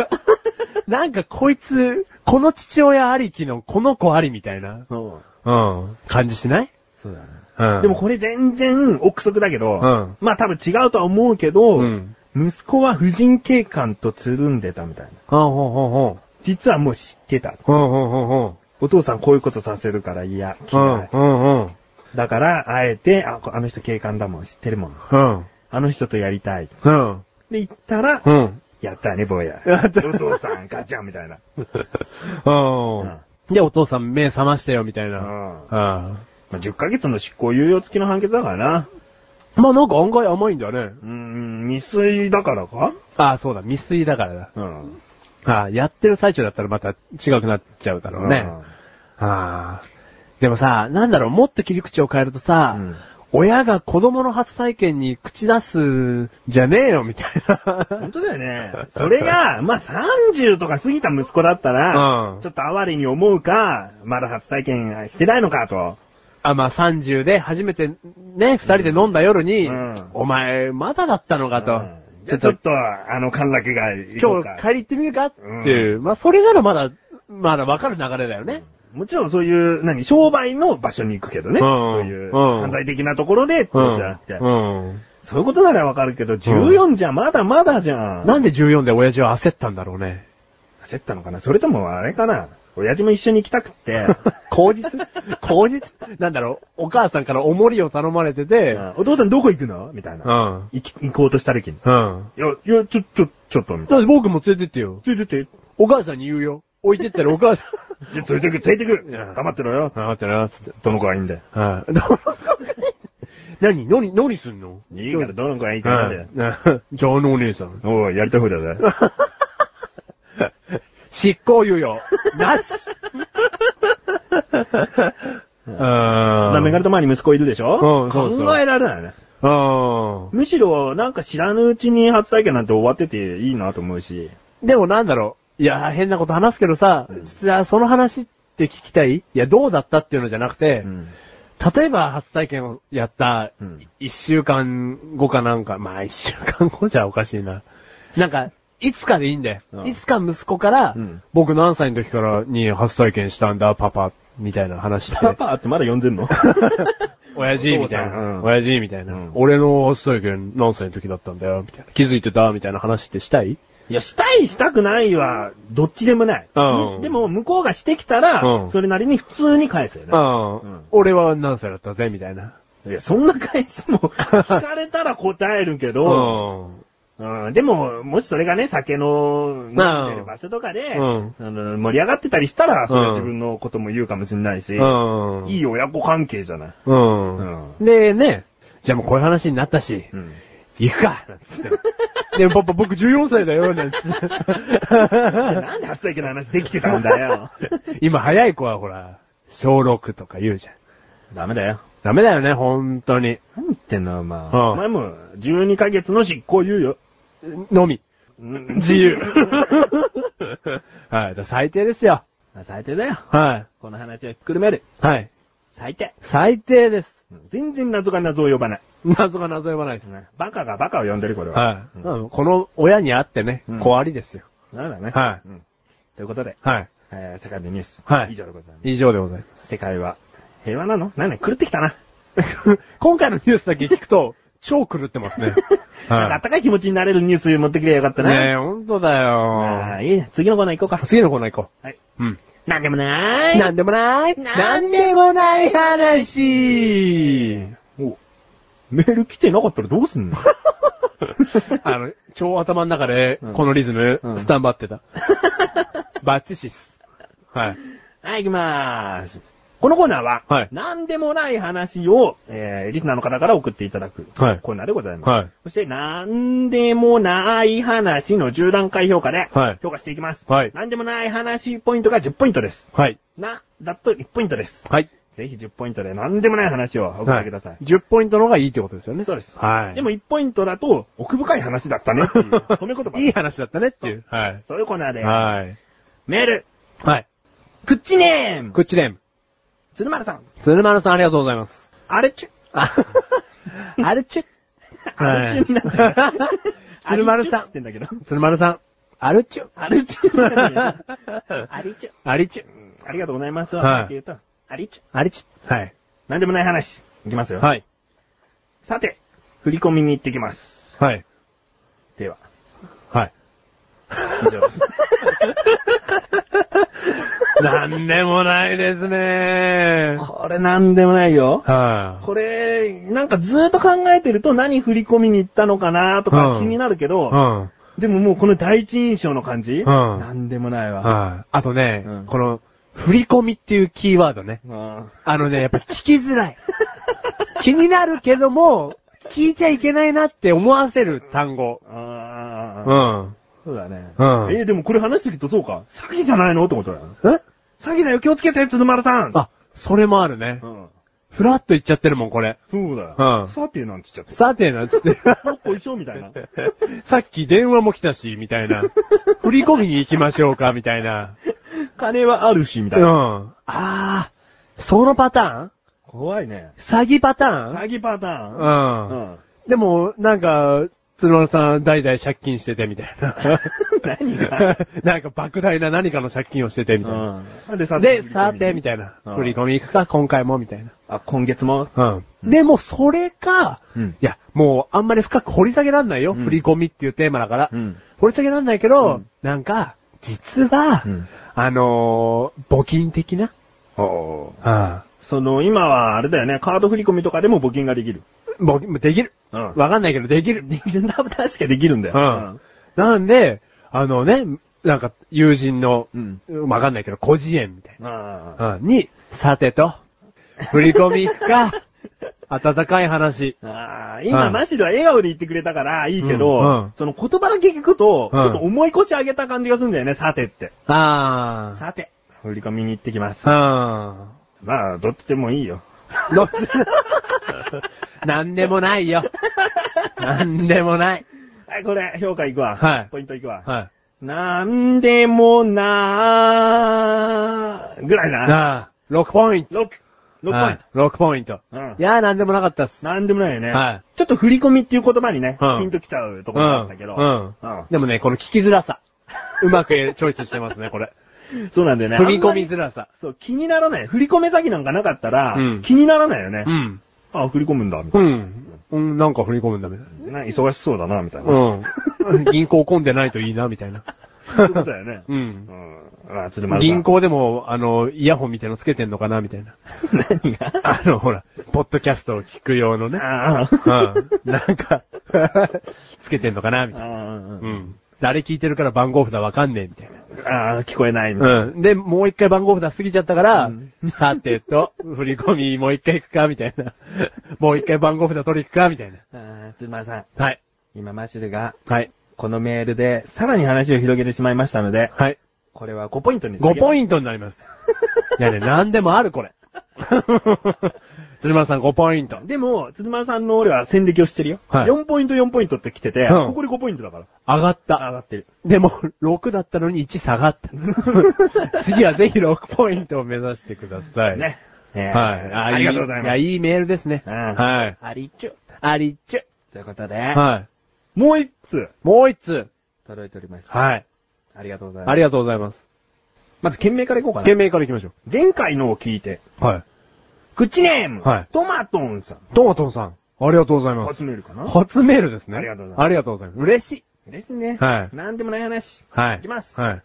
C: なんかこいつ、この父親ありきのこの子ありみたいな、
A: そう
C: うん、感じしない
A: そうだね。
C: うん。
A: でもこれ全然憶測だけど、
C: うん
A: まあ多分違うとは思うけど、
C: うん
A: 息子は婦人警官とつるんでたみたいな。
C: あほんほんほん。
A: 実はもう知ってた。
C: ほんほんほんほん。
A: お父さんこういうことさせるから嫌、
C: う
A: 嫌い。
C: ん、うん、うん。
A: だから、あえて、あ、こあの人警官だもん、知ってるもん。
C: うん。
A: あの人とやりたい。
C: うん。
A: で、言ったら、
C: うん。
A: やったね、坊や。
C: やった
A: お父さん、ガチャンみたいな。
C: うん。で、お父さん目覚ましてよ、みたいな。
A: うん
C: うん。
A: まあ、10ヶ月の執行猶予付きの判決だからな。
C: まあなんか案外甘いんだね。
A: うーん、未遂だからか
C: ああ、そうだ、未遂だからだ。
A: うん。
C: ああ、やってる最中だったらまた違くなっちゃうだろうね。ああ。でもさ、なんだろう、もっと切り口を変えるとさ、
A: うん
C: 親が子供の初体験に口出すんじゃねえよ、みたい
A: 本
C: な。
A: 当だよね。それが、まあ、30とか過ぎた息子だったら、
C: うん
A: ちょっと哀れに思うか、まだ初体験してないのかと。
C: あ、まあ30で初めてね、二人で飲んだ夜に、
A: うん
C: お前、まだだったのかと。
A: うんじゃあちょっと、あの、陥落が行こ
C: 今
A: うか
C: 日帰り行ってみるかっていう。まあそれならまだ、まだわかる流れだよね。
A: もちろんそういう、何、商売の場所に行くけどね。
C: うん
A: そういう、
C: うん
A: 犯罪的なところで、ってことじゃなくて、
C: うん。
A: そういうことならわかるけど、14じゃまだまだじゃん。
C: なんで14で親父は焦ったんだろうね。
A: 焦ったのかなそれともあれかな親父も一緒に行きたくって、
C: 口実 口実なんだろう、お母さんからおもりを頼まれてて、
A: うんお父さんどこ行くのみたいな。
C: ん。
A: 行き行こうとした時に。
C: うん。
A: いや、いや、ちょ、ちょ、ちょっと、みたい
C: だって僕も連れてってよ。
A: な。ついてて、
C: お母さんに言うよ。置いてったらお母さん。
A: じゃ、ついてく、ついてく
C: うん
A: 黙ってろよ。
C: あ、ってな、つって。
A: どの子がいいんだよ。
C: はい。どう 何何何すんの
A: いいからどの子がいいってなんだよ。
C: はいじゃああのお姉さん。
A: おい、やりたい方だぜ。
C: 執行 猶予。なしう ー
A: な、
C: ん。
A: メガネと前に息子いるでしょ
C: うんそうそう
A: 考えられないね。
C: う
A: むしろ、なんか知らぬうちに初体験なんて終わってていいなと思うし。
C: ん。でもなんだろう。いやー、変なこと話すけどさ、じゃあその話って聞きたいいや、どうだったっていうのじゃなくて、
A: うん。
C: 例えば初体験をやった
A: うん、
C: 一週間後かなんか、まあ一週間後じゃおかしいな。なんか、いつかでいいんだよ。
A: うん
C: いつか息子から、
A: うん
C: 僕何歳の時からに初体験したんだ、パパ、みたいな話して
A: パ、パってまだ呼んでん の
C: 親父、みたい
A: お父さんう
C: な、
A: ん
C: 親父、みたいな、
A: うん
C: 俺の初体験何歳の時だったんだよ、みたいな、気づいてた、みたいな話ってしたい
A: いや、したい、したくないは、どっちでもない。
C: うん
A: でも、向こうがしてきたら、
C: うん
A: それなりに普通に返すよね。
C: うん、
A: うん
C: 俺は何歳だったぜ、みたいな。
A: いや、そんな返しも、 聞かれたら答えるけど、
C: うん
A: うんでも、もしそれがね、酒の飲んでる場所とかで、
C: うん
A: あの盛り上がってたりしたら、それは自分のことも言うかもしれないし、
C: うん。
A: いい親子関係じゃない。
C: うん。で、ね、じゃあもうこういう話になったし、
A: うん
C: 行くかなんつって。でもパパ僕14歳だよ、なんつっ
A: なんで初体験の話できてたんだよ。
C: て。今早い子はほら、小6とか言うじゃん。
A: ダメだよ。
C: ダメだよね、本当に。
A: 何言ってんの、お前。
C: うん
A: お前も、12ヶ月の執行猶予。
C: のみ。
A: うん
C: 自 由。はい、だから最低ですよ。
A: 最低だよ。
C: は
A: この話をひっくるめる。
C: い。はい。
A: 最低。
C: 最低です。
A: うん全然謎が謎を呼ばない。
C: 謎が謎呼ばないですね。
A: バカがバカを呼んでる、これは。
C: はい。
A: うん
C: うんこの親に会ってね
A: うん、
C: 子ありですよ。
A: そうだね。
C: はい
A: うん。ということで、
C: はい。
A: えー世界のニュース。
C: はい
A: 以上でございま。
C: 以上でございます
A: 世界は平和なのなんだ、狂ってきたな。
C: す。 今回のニュースだけ聞くと、超狂ってます ね。
A: なんかあったかい気持ちになれるニュース持ってきればよかった
C: ねえ、
A: な。
C: ほんとだ
A: ああ、
C: よ。
A: いいね。次のコーナー行こうか。
C: 次のコーナー行こ。
A: はいう
C: うん。
A: なんでもなーい。
C: なんでもない。
B: なん
C: でもない話。
A: おメール来てなかったらどうすんの
C: あの、超頭の中で
A: うん、
C: このリズム
A: う、ん
C: スタンバ ってた。バッチシっす。はい。
A: はい、行きまーす。このコーナーは、
C: はい
A: なんでもない話を、えー、リスナーの方から送っていただく、
C: はい
A: コーナーでございます。
C: はい。
A: そして、なんでもない話の10段階評価で
C: はい、
A: 評価していきます。
C: はい
A: なんでもない話ポイントが10ポイントです。
C: はい。
A: な、だと1ポイントです。
C: はい。
A: ぜひ10ポイントで何でもない話を送ってください。
C: 10ポイントの方がいいってことですよね。
A: そうです
C: はい。
A: でも、1ポイントだと奥深い話だったね っていう褒め言葉。
C: いい話だったねっていう。はい。
A: そういうコーナーで、
C: はい。
A: メール、
C: はい。
A: クッチネーム、
C: クッチネーム。
A: 鶴丸さん、
C: 鶴丸さんありがとうござい ます。
A: あれちゅ、
C: あ、あれチェッ
A: あれちゅになってる。
C: 鶴丸
A: あれちゅ
C: さ
A: っつってんだけど。
C: ん。鶴丸さん。ある ちゅ。
A: あれちゅってなんだけどあれちゅ。
C: ありちゅ。
A: うんありがとうございます。
C: は
A: っ
C: い
A: て言うと、あれちゅ。
C: ありちゅ。はい。
A: なんでもない話。いきますよ。
C: はい。
A: さて、振り込みに行ってきます。
C: はい。
A: では、
C: はい。
A: 以上 です。
C: なんでもないですね。
A: これなんでもないよ。
C: は
A: これ、なんかずーっと考えてると何振り込みに行ったのかなとか
C: うん
A: 気になるけ
C: い。
A: ど、
C: うん。
A: でももうこの第一印象の感じ、
C: ん
A: なんでもないわ。
C: はい。あとね
A: うん、
C: この、振り込みっていうキーワードね。
A: うん
C: あのね、やっぱ聞きづらい。 気になるけども、聞いちゃいけないなって思わせる単語。
A: あ
C: う
A: ー
C: ん。
A: そうだね。
C: うん
A: えーでもこれ話してるとそうか。詐欺じゃないのってことだよ。
C: え
A: 詐欺だよ、気をつけて、鶴丸さん。
C: あ、それもあるね
A: う。ん。
C: ふらっと言っちゃってるもん、これ。
A: そうだよ。
C: うん
A: さてなんつっちゃって。
C: さてな、つって。
A: どっこいしょみたいな。
C: さっき電話も来たし、みたいな。振り込みに行きましょうか、みたいな。
A: 金はあるし、みた
C: う
A: い
C: ん。
A: な。
C: ああ、そのパターン
A: 怖いね。
C: 詐欺パターン
A: 詐欺パターン。
C: うん
A: うん。
C: でも、なんか、鶴丸さん、代々借金してて、みたいな。
A: 何が
C: なんか、莫大な何かの借金をしてて、みたいな。
A: うん。で、さ
C: で、さて、みたいな
A: うん。
C: 振り込み行くか、今回も、みたいな。
A: あ、今月も
C: うん。でも、それか、
A: うん
C: いや、もう、あんまり深く掘り下げらんないよ。
A: うん
C: 振り込みっていうテーマだから。
A: うん
C: 掘り下げらんないけど、
A: うん
C: なんか、実は、
A: うん
C: あのー募金的な、
A: お
C: うん、
A: その、今はあれだよね、カード振り込みとかでも募金ができる。
C: 募金、できる。
A: うん
C: わかんないけど、できる。
A: できるんだ、確かできるんだ
C: う
A: よ。
C: ん。なんで、あのね、なんか、友人の、
A: うん。
C: わかんないけど、孤児園みたい
A: ああ。
C: な。うん。に、さてと、振り込み行くか、温かい話。
A: ああ、今、
C: うん
A: マシルは笑顔で言ってくれたから、いいけど、
C: うんうん
A: その言葉だけ聞くと、
C: うん
A: ちょっと思い越し上げた感じがするんだよね、さてって。
C: あー。
A: さて、振り込みに行ってきます。
C: あ
A: まあ、どっちでもいいよ。
C: ー。どっちなんでもないよ。なんでもない。
A: はい、これ、評価いくわ。
C: はい
A: ポイントいくわ。
C: はい。
A: なんでもなー、ぐらいな。
C: あー、6ポイント。
A: 6、6ポイント。
C: はい6ポイント。
A: うん
C: いやー、なんでもなかったっす。
A: なんでもないよね。
C: はい
A: ちょっと振り込みっていう言葉にね、
C: うん
A: ピンときちゃうとこ
C: う
A: ろ
C: ん
A: だったけど。
C: うん
A: うん
C: でもね、この聞きづらさ。うまくチョイスしてますね、これ。
A: そうなんだよね。
C: 踏み込
A: あん
C: み
A: まり
C: づらさ。
A: そう、気にならない。振り込め詐欺なんかなかったら、
C: うん
A: 気にならないよね。
C: うん。
A: あ、振り込むんだ、みた
C: う
A: い
C: ん。うん、なんか振り込むんだね。
A: な。な忙しそうだな、みたいな。
C: うん。銀行混んでないといいな、みたいな。
A: そういうことだよね。
C: う。
A: うんん。あ、鶴丸さん
C: 銀。行でも、あの、イヤホンみたいのつけてんのかな、みたいな。
A: 何が
C: あの、ほら、ポッドキャストを聞く用のね。
A: あ
C: う
A: あ。
C: ん。なんか、 つけてんのかな、みたいな。
A: あ
C: う。ん。誰聞いてるから番号札わかんねえ、みたい
A: ああ、聞こえないみたいな。
C: な。うん。で、もう一回番号札過ぎちゃったから
A: うん、
C: さてと、振り込みもう一回行くか、みたいな。もう一回番号札取り行くか、みたいな。
A: ああ、鶴丸さん。
C: はい。
A: 今、マシルが、
C: はい。
A: このメールで、さらに話を広げてしまいましたので、
C: はい。
A: これは5ポイントに
C: 5ポ
A: ン
C: イントにな ります。いやね、なんでもある、これ。 鶴丸さん5ポイント。
A: でも、鶴丸さんの俺は戦歴をしてるよ。
C: はい
A: 4ポイント4ポイントって来てて、
C: うん
A: ここで5ポイントだから。
C: 上がっ
A: 上
C: た。
A: がってる。
C: でも、6だったのに1下がった。 次はぜひ6ポイントを目指してください。。
A: ね。えー
C: はい。
A: ありがとうございま
C: や、
A: す。
C: いいメールですね。
A: うん
C: はい。
A: ありっちゅ。
C: ありっちゅ。
A: ということで、
C: はい。
A: もう一通
C: もう一つ。
A: 届いております。
C: はい。
A: ありがとうございます。
C: ありがとうございます。
A: まず、件名からいこうかな
C: 件。名からいきましょ
A: 前回のを聞いて、
C: う。はい。
A: 口ネーム、
C: はい
A: トマトンさん。
C: トマトンさん。ありがとうございます。
A: 初メールかな
C: 初メールですね。
A: ありがとうございます
C: ありがとうございます。嬉しい。
A: ですね。
C: はい
A: なんでもない話。
C: はい。
A: いきます
C: はい。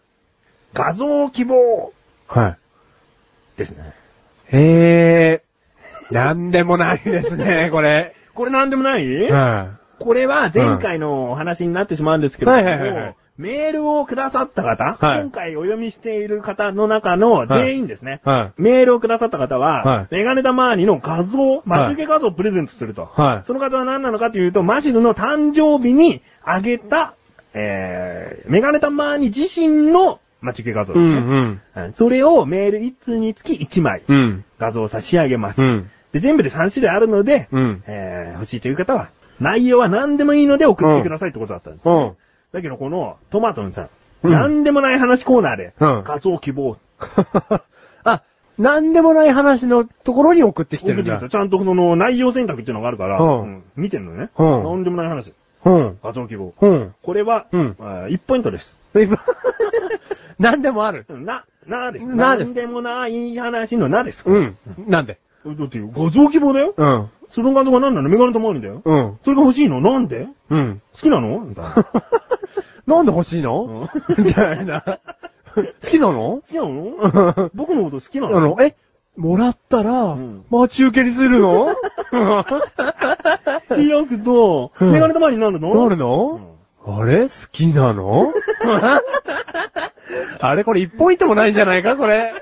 A: 画像希望
C: はい。
A: ですね。
C: へえ、なんでもないで すね、これ。
A: これなんでもない、
C: は
A: これは前回のお話になってしまうんですけれども、
C: はいはいはいはい
A: メールをくださった方、
C: はい
A: 今回お読みしている方の中の全員ですね、
C: い。はい。
A: メールをくださった方は、
C: はい
A: メガネタ周りの画像、待ち受け画像をプレゼントすると。
C: はい。
A: その方は何なのかというと、マシルの誕生日にあげた、えー、メガネタマーニ自身の待ち受け画像
C: う
A: ですね、
C: んうん。
A: うんそれをメール1通につき1枚
C: うん。
A: 画像を差し上げます。
C: うん。
A: で全部で3種類あるので、
C: うん。
A: えー、欲しいという方は、内容は何でもいいので送ってくださいってことだったんです。
C: うん。
A: だけどこのトマトンさん、
C: うん
A: 何でもない話コーナーで、
C: うん
A: 画像希望
C: あ、なんでもない話のところに送ってきて
A: 送っ
C: る
A: て
C: ん
A: き
C: だ
A: た。。ちゃんとこの内容選択っていうのがあるから、
C: うん
A: うん見てんのね。
C: うん
A: 何でもない話、
C: うん。
A: 画像希望。
C: うん。
A: これは、
C: うん
A: あー1ポイントです。
C: なんでもある。
A: な、なです。
C: なです
A: なんでもない話のなです。
C: うん。なんで
A: だって画像希望だよ。
C: うん。
A: その画像が何なのメガネとマーニだよ。
C: うん。
A: それが欲しいのなんで
C: うん。
A: 好きなのみた いな。好
C: なんで欲しいのみた いな。好きなの
A: きなの
C: あ
A: 僕のこと好きなの
C: の、え、もらったら
A: うん、
C: 待ち受けにするの
A: 開くと、
C: うん
A: メガネとマーニになるの
C: なる
A: う
C: の
A: ん
C: あれ好きなの あれこれ一ポイントもないんじゃないか これ。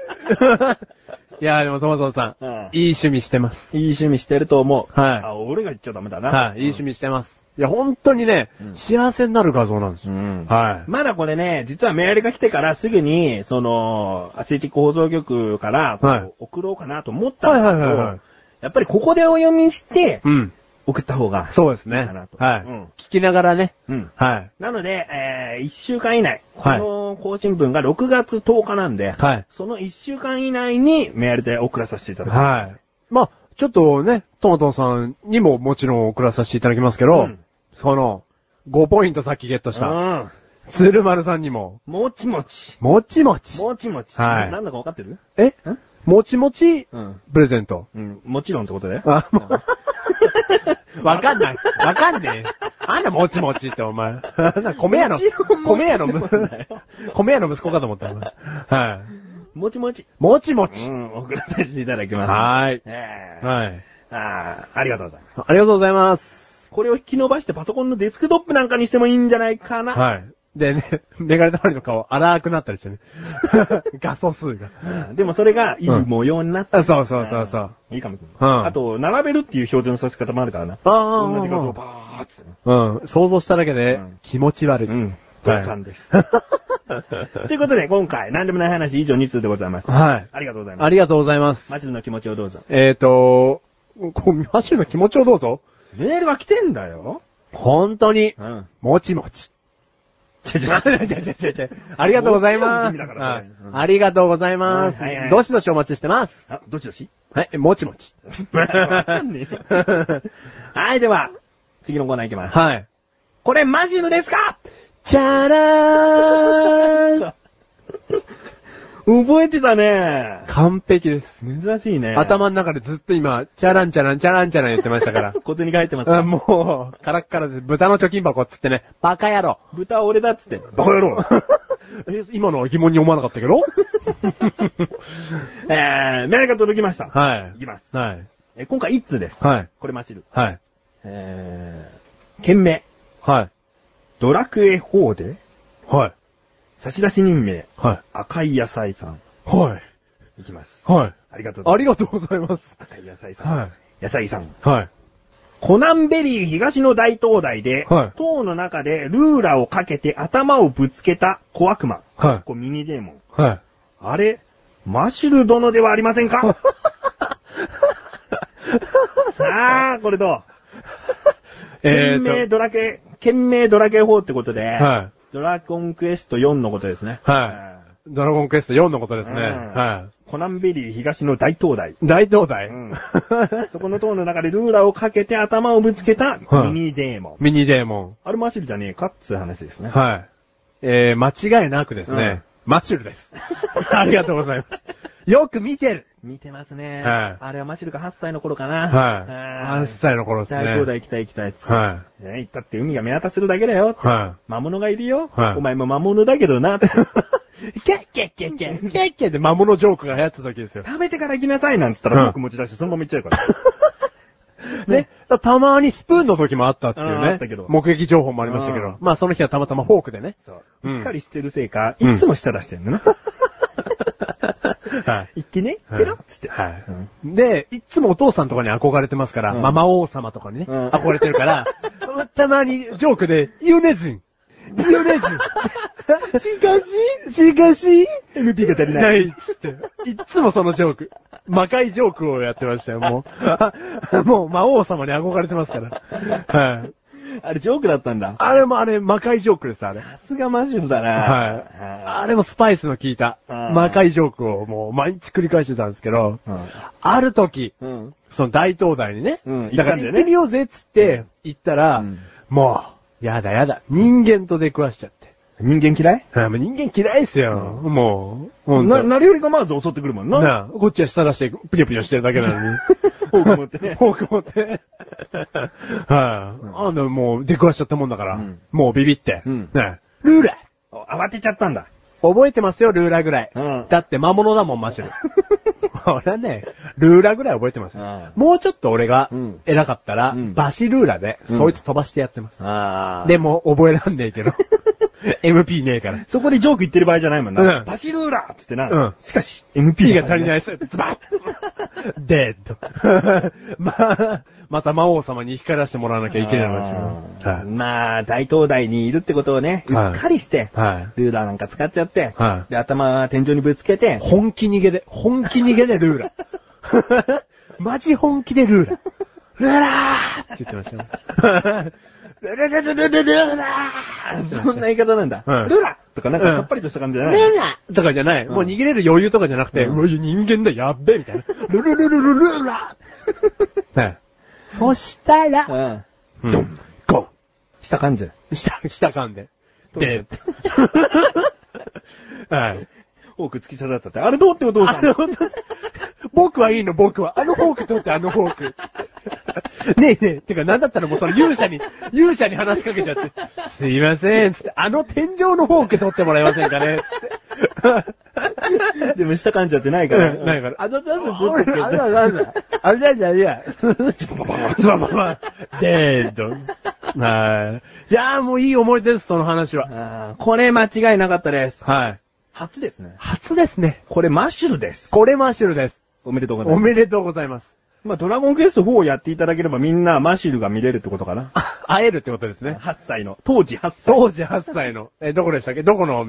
C: いやーでもトマトさん、
A: うん
C: いい趣味してます。
A: いい趣味してると思う。
C: はい
A: あ、俺が言っちゃダメだな。
C: はい、いい趣味してます。いや、本当にね、
A: うん
C: 幸せになる画像なんです
A: う
C: よ。
A: ん。
C: はい。
A: まだこれね、実はメールが来てからすぐに、その、アスレチック放送局から、こう
C: はい
A: 送ろうかなと思ったんだけど、
C: はいはいはいはい
A: やっぱりここでお読みして
C: う、ん。
A: 送った方が、
C: そうですね。
A: いいかなと
C: はい、
A: うん
C: 聞きながらね。
A: う。ん。
C: はい。
A: なので、えー、1週間以内、こ
C: はい
A: の更新分が6月10日なんで、
C: はい。
A: その1週間以内にメールで送らさせていただきます。
C: はい。まあ、ちょっとね、トマトさんにももちろん送らさせていただきますけ
A: う
C: ど、
A: ん
C: その、5ポイントさっきゲットした、
A: うん。
C: 鶴丸さんにも、
A: もちもち。
C: もちもち。
A: もちもち。
C: はい
A: ななんだかわかってる
C: えもちもち
A: うん。
C: プレゼント。
A: うん。もちろんってことで。
C: あ、もうわかんない。わかんねえ。あんなもちもちってお前。あんな米屋の、
A: もちろん
C: 米屋の、
A: もちろんだよ
C: 米屋の息子かと思った。お前はい。
A: もちもち。
C: もちも
A: う
C: ち。
A: ん。送らさせていただきます。
C: はーい。
A: ええ
C: はい。
A: ああ、ありがとうございます。
C: ありがとうございます。
A: これを引き伸ばしてパソコンのデスクトップなんかにしてもいいんじゃないかな。
C: はい。でね、メガネたまりの顔荒くなったり してね。画素数が。
A: うんでもそれがいい模様になった。
C: あそうそうそうそう。
A: いいかもしれ
C: う
A: ない。
C: ん
A: あと、並べるっていう標準のさせ方もあるからな。
C: あ
A: 同じ角度バーッつってね。
C: うん。想像しただけで
A: うん
C: 気持ち悪い。
A: うん。同感です。 ということで、今回、何でもない話以上2通でございます。
C: はい。
A: ありがとうございま
C: あ
A: す。
C: りがとうございます
A: マ。ジの気持ちをどうぞ。
C: えーと、こう、マシュの気持ちをどうぞ。
A: メールは来てんだよ。
C: 本当に、
A: うん。
C: もちもち。
A: ちょちょ
C: あ違う違う違う違うありがとうございます。
A: もちの意味だからこれ
C: うんありがとうございます
A: はいはいは。い
C: どしどしお待ちしてます。
A: あ、どしどし
C: はい、もちもち。
A: わかんねえ。はい、では、次のコーナー行きます。
C: はい。
A: これマジのですか
C: チャラーン
A: 覚えてたね。
C: 完璧です。
A: 珍しいね。
C: 頭の中でずっと今、チャランチャランチャランチャラン言ってまし たから。
A: 小銭が入ってます
C: あもう、カラッカラで豚の貯金箱っつってね、バカ野郎。
A: 豚は俺だっつって。バカ野 郎
C: え今のは疑問に思わなかったけど
A: えー、メールが届きました。
C: はい
A: いきます。
C: はい。
A: えー今回一通です。
C: はい。
A: これマシル。
C: はい。
A: えー、件名。
C: はい。
A: ドラクエ4で、
C: はい。
A: 差出人名、
C: はい。
A: 赤い野菜さん。
C: はい。
A: いきます。
C: はい。
A: ありがとうござ
C: あ
A: い
C: りがとうございます。
A: ます。赤い野菜さん。
C: は
A: 野菜さん。
C: い。はい。
A: コナンベリー東の大灯台で、
C: はい
A: 塔の中でルーラーをかけて頭をぶつけた小悪魔。
C: はい。
A: こうミニデーモン。
C: はい。
A: あれ、マシュル殿ではありません かさあ、これどう懸
C: え
A: 命
C: ーと。
A: ドラケ、懸命ドラケ4ってことで、
C: はい。
A: ドラゴンクエスト4のことですね。
C: はドラゴンクエスト4のことですね。
A: うん
C: は
A: うんコナンベリー東の大灯台。
C: い。大灯台
A: う。んそこの塔の中でルーラーをかけて頭をぶつけたミニデーモン。
C: ミニデーモ
A: あれマシュルじゃねえかっつう話ですね。
C: ン。はい。えー、間違いなくですね、マチュ ルです。ありがとうございます。よく見てる
A: 見てますね。
C: はい
A: あれはマシュルが8歳の頃かな。
C: はい。8歳の頃ですね。
A: 大灯台行きたい行きたいっつって。
C: は
A: ね行ったって海が目渡するだけだよ。
C: い。は
A: 魔物がいるよ。
C: はい
A: お前も魔物だけどな。
C: い。キャッキャッキャッキャッキャッキャッで魔物ジョークが流行ってた時ですよ。
A: 食べてから来なさいなんつった
C: うん
A: ら僕持ち出してそのまま行っちゃうから。
C: ね。たまにスプーンの時もあったっていうね。
A: あーあったけど
C: 目撃情報もありましたけ
A: うん
C: ど。まあその日はたまたまフォークでね。
A: そうう。
C: ん
A: うっかりしてるせいか、
C: うん
A: いつも舌出してんのね。
C: はい
A: っけね、
C: はい
A: ペロッつって。
C: はい
A: うん
C: で、いつもお父さんとかに憧れてますから、
A: うん
C: ママ王様とかにね、
A: うん
C: 憧れてるから、たまにジョークで、ユネズンユネズンしかししかし
A: MP が足り
C: な
A: ない。
C: いっつって。いっつもそのジョーク。魔界ジョークをやってましたよ、もう。 もう魔王様に憧れてますから。はい。
A: あれジョークだったんだ。
C: あれもあれ、魔界ジョークです、あれ。
A: さすがマジルだな。
C: はい。あれもスパイスの効いた、
A: うん
C: 魔界ジョークをもう毎日繰り返してたんですけど、ある時、
A: うん。うん。
C: その大東大にね、
A: うん
C: だから
A: 行ったんだよ
C: 行っ
A: ね
C: てみようぜっつって行ったら、
A: うん
C: もう、やだやだ、人間と出くわしちゃって。
A: 人間嫌い
C: あもう人間嫌いっすよ、もう。ほん
A: な、
C: と
A: なりよりがまず襲ってくるもんな。
C: なあ、こっちは下出して、ぷにょぷにょしてるだけな のに。
A: フォーク持って ね
C: フォーク持って。はい、
A: ん
C: あ。の、もう、出くわしちゃったもんだから、
A: うん
C: もうビビって。
A: うん
C: ねえルーラ
A: お慌てちゃったんだ。
C: 覚えてますよ、ルーラぐらい。
A: うん
C: だって魔物だも ん、マシュル。俺はね、ルーラぐらい覚えてますよ。
A: あ
C: もうちょっと俺が
A: うん
C: 偉かったら、
A: うん
C: バシルーラで、
A: うん
C: そいつ飛ばしてやってます。
A: あ
C: でも、覚えらんね えけど。MP ねえから。
A: そこでジョーク言ってる場合じゃないもん
C: う
A: な。
C: ん
A: バシルーラーっつってな。
C: うん
A: しかし、
C: P
A: MP。
C: が足りないいです。ズバッ デッド。まあ、また魔王様に光らせてもらわなきゃいけない
A: あ
C: 話。
A: ー
C: はい。
A: まあ、大灯台にいるってことをね、う
C: はい
A: っかりして、
C: はい。
A: ルーラーなんか使っちゃって、
C: はい
A: で、頭は天井にぶつけて、
C: 本気逃げで、本気逃げでルーラ ー。マジ本気でルーラー。ルーラーって言ってましたよ。ルルルルルルルーラー
A: そんな言い方なんだ。
C: うん
A: ルーラーとかなんかさっぱりとした感じじゃない、
D: ルラ
C: とかじゃない。もう逃げれる余裕とかじゃなくて、
A: う
C: うんわ、人間だ、やっべ、み たいな。ルルルルルルーラーはい。
D: そしたら、
A: うん。
C: ドン、ゴン。
A: した感じ。
C: 下、下噛んで。で、はい。
A: 多く突き刺さったって。あれどうってお父さ
C: あ
A: ん。
C: の、僕はいいの、僕は。あのフォーク取って、あのフォーク。ねえねえ、てか、なんだったらもうその勇者に、勇者に話しかけちゃって、すいません、つって、あの天井のフォーク取ってもらえませんかね、つって。
A: でもした感じじゃってないから。
C: うんないから
A: あだだずぶ
C: あ
A: って
C: らららら。あらららら。ズバババ。デード。はい。いやーもういい思い出です、その話は。
A: あーこれ間違いなかったです。
C: はい。
A: 初ですね。
C: 初ですね。
A: これマッシュルです。
C: これマッシュルです。
A: おめでとうござい
C: お
A: ます。
C: めでとうございます。
A: まあ、ドラゴンクエスト4をやっていただければみんなマッシュルが見れるってことかな。
C: あ 会えるってことですね。
A: 8歳の、当時8歳。
C: 当時8歳の、え、どこでしたっけどこの、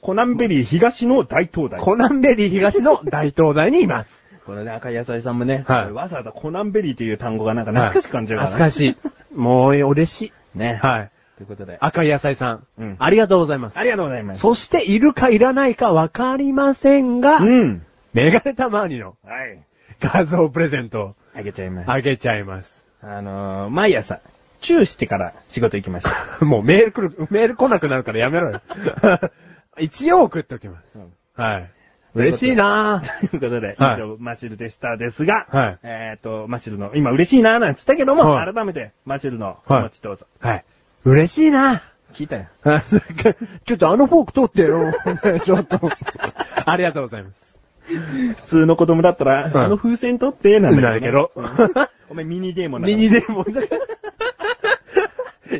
A: コナンベリー東の大東大。
C: コナンベリー東の大東大にいます。
A: これね、赤い野菜さんもね、
C: はい
A: わざわざコナンベリーという単語がなんか懐かしく感じるからね。
C: 懐かしい。もう嬉しい。
A: ね。
C: はい。
A: ということで。
C: 赤い野菜さん。
A: うん
C: ありがとうございます。
A: ありがとうございます。
C: そして、いるかいらないかわかりませんが、
A: うん。
C: メガネたまーにの
A: はい。
C: 画像プレゼントを
A: あげちゃいます。
C: あげちゃいます。
A: あのー、毎朝、チューしてから仕事行きました。
C: もうメール来る、メール来なくなるからやめろよ。 一応送っときます。
A: うん
C: はい。嬉しいなぁ。
A: ということで、以
C: はい
A: 上、マシルでしたですが、
C: はい
A: えっ、と、マシルの、今嬉しいなーなんつったけども、
C: はい
A: 改めて、マシルの気持ちどうぞ。
C: はい。嬉しいなぁ。
A: 聞いたよ。
C: あそっかちょっとあのフォーク取ってよ。 ちょっと。ありがとうございます。
A: 普通の子供だったら、
C: はい
A: あの風船取って、なん
C: な
A: だ
C: んだ
A: け
C: け
A: ど
C: ど
A: ね、。お前ミニデーモンだか
C: ミ
A: ら
C: ニデーモンだ。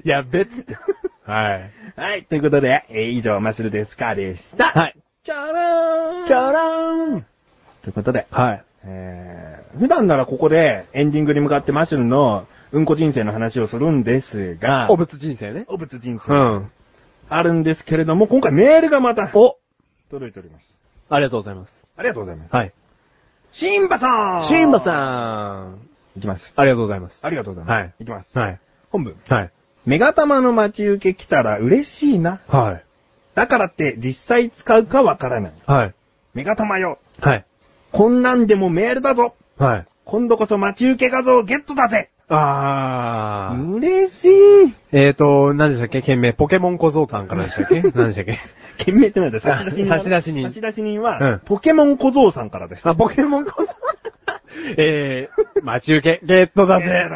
C: やべっつって。はい。
A: はい、ということで、えー以上、マシルですかでした。
C: はい。
A: チャラーン
C: チャラーン
A: ということで、
C: はい。
A: えー、普段ならここでエンディングに向かってマシュルのうんこ人生の話をするんですが、
C: お仏人生ね。
A: お仏人生、
C: うん。
A: あるんですけれども、今回メールがまた
C: お
A: 届いております。
C: ありがとうございます。
A: ありがとうございます。
C: はい。
A: シンバさん
C: シンバさ
A: ん
C: ん。
A: いきます。
C: ありがとうございます。
A: ありがとうございます。
C: はい
A: いきます。
C: はい。
A: 本文。
C: はい。
A: メガ玉の待ち受け来たら嬉しいな。
C: はい。
A: だからって実際使うかわからない。
C: はい。
A: メガ玉よ。
C: はい。
A: こんなんでもメールだぞ。
C: はい。
A: 今度こそ待ち受け画像ゲットだぜ。
C: あー。
A: 嬉しい。
C: えーと、何でしたっけ件名、ポケモン小僧館からでしたっ け何でしたっけ
A: 件名ってなんだ差出人はね。
C: 差出人
A: 差出人
C: う
A: は
C: ん、
A: ポケモン小僧さんからです。
C: あ、ポケモン小僧 えー、待ち受け、ゲットだぜ。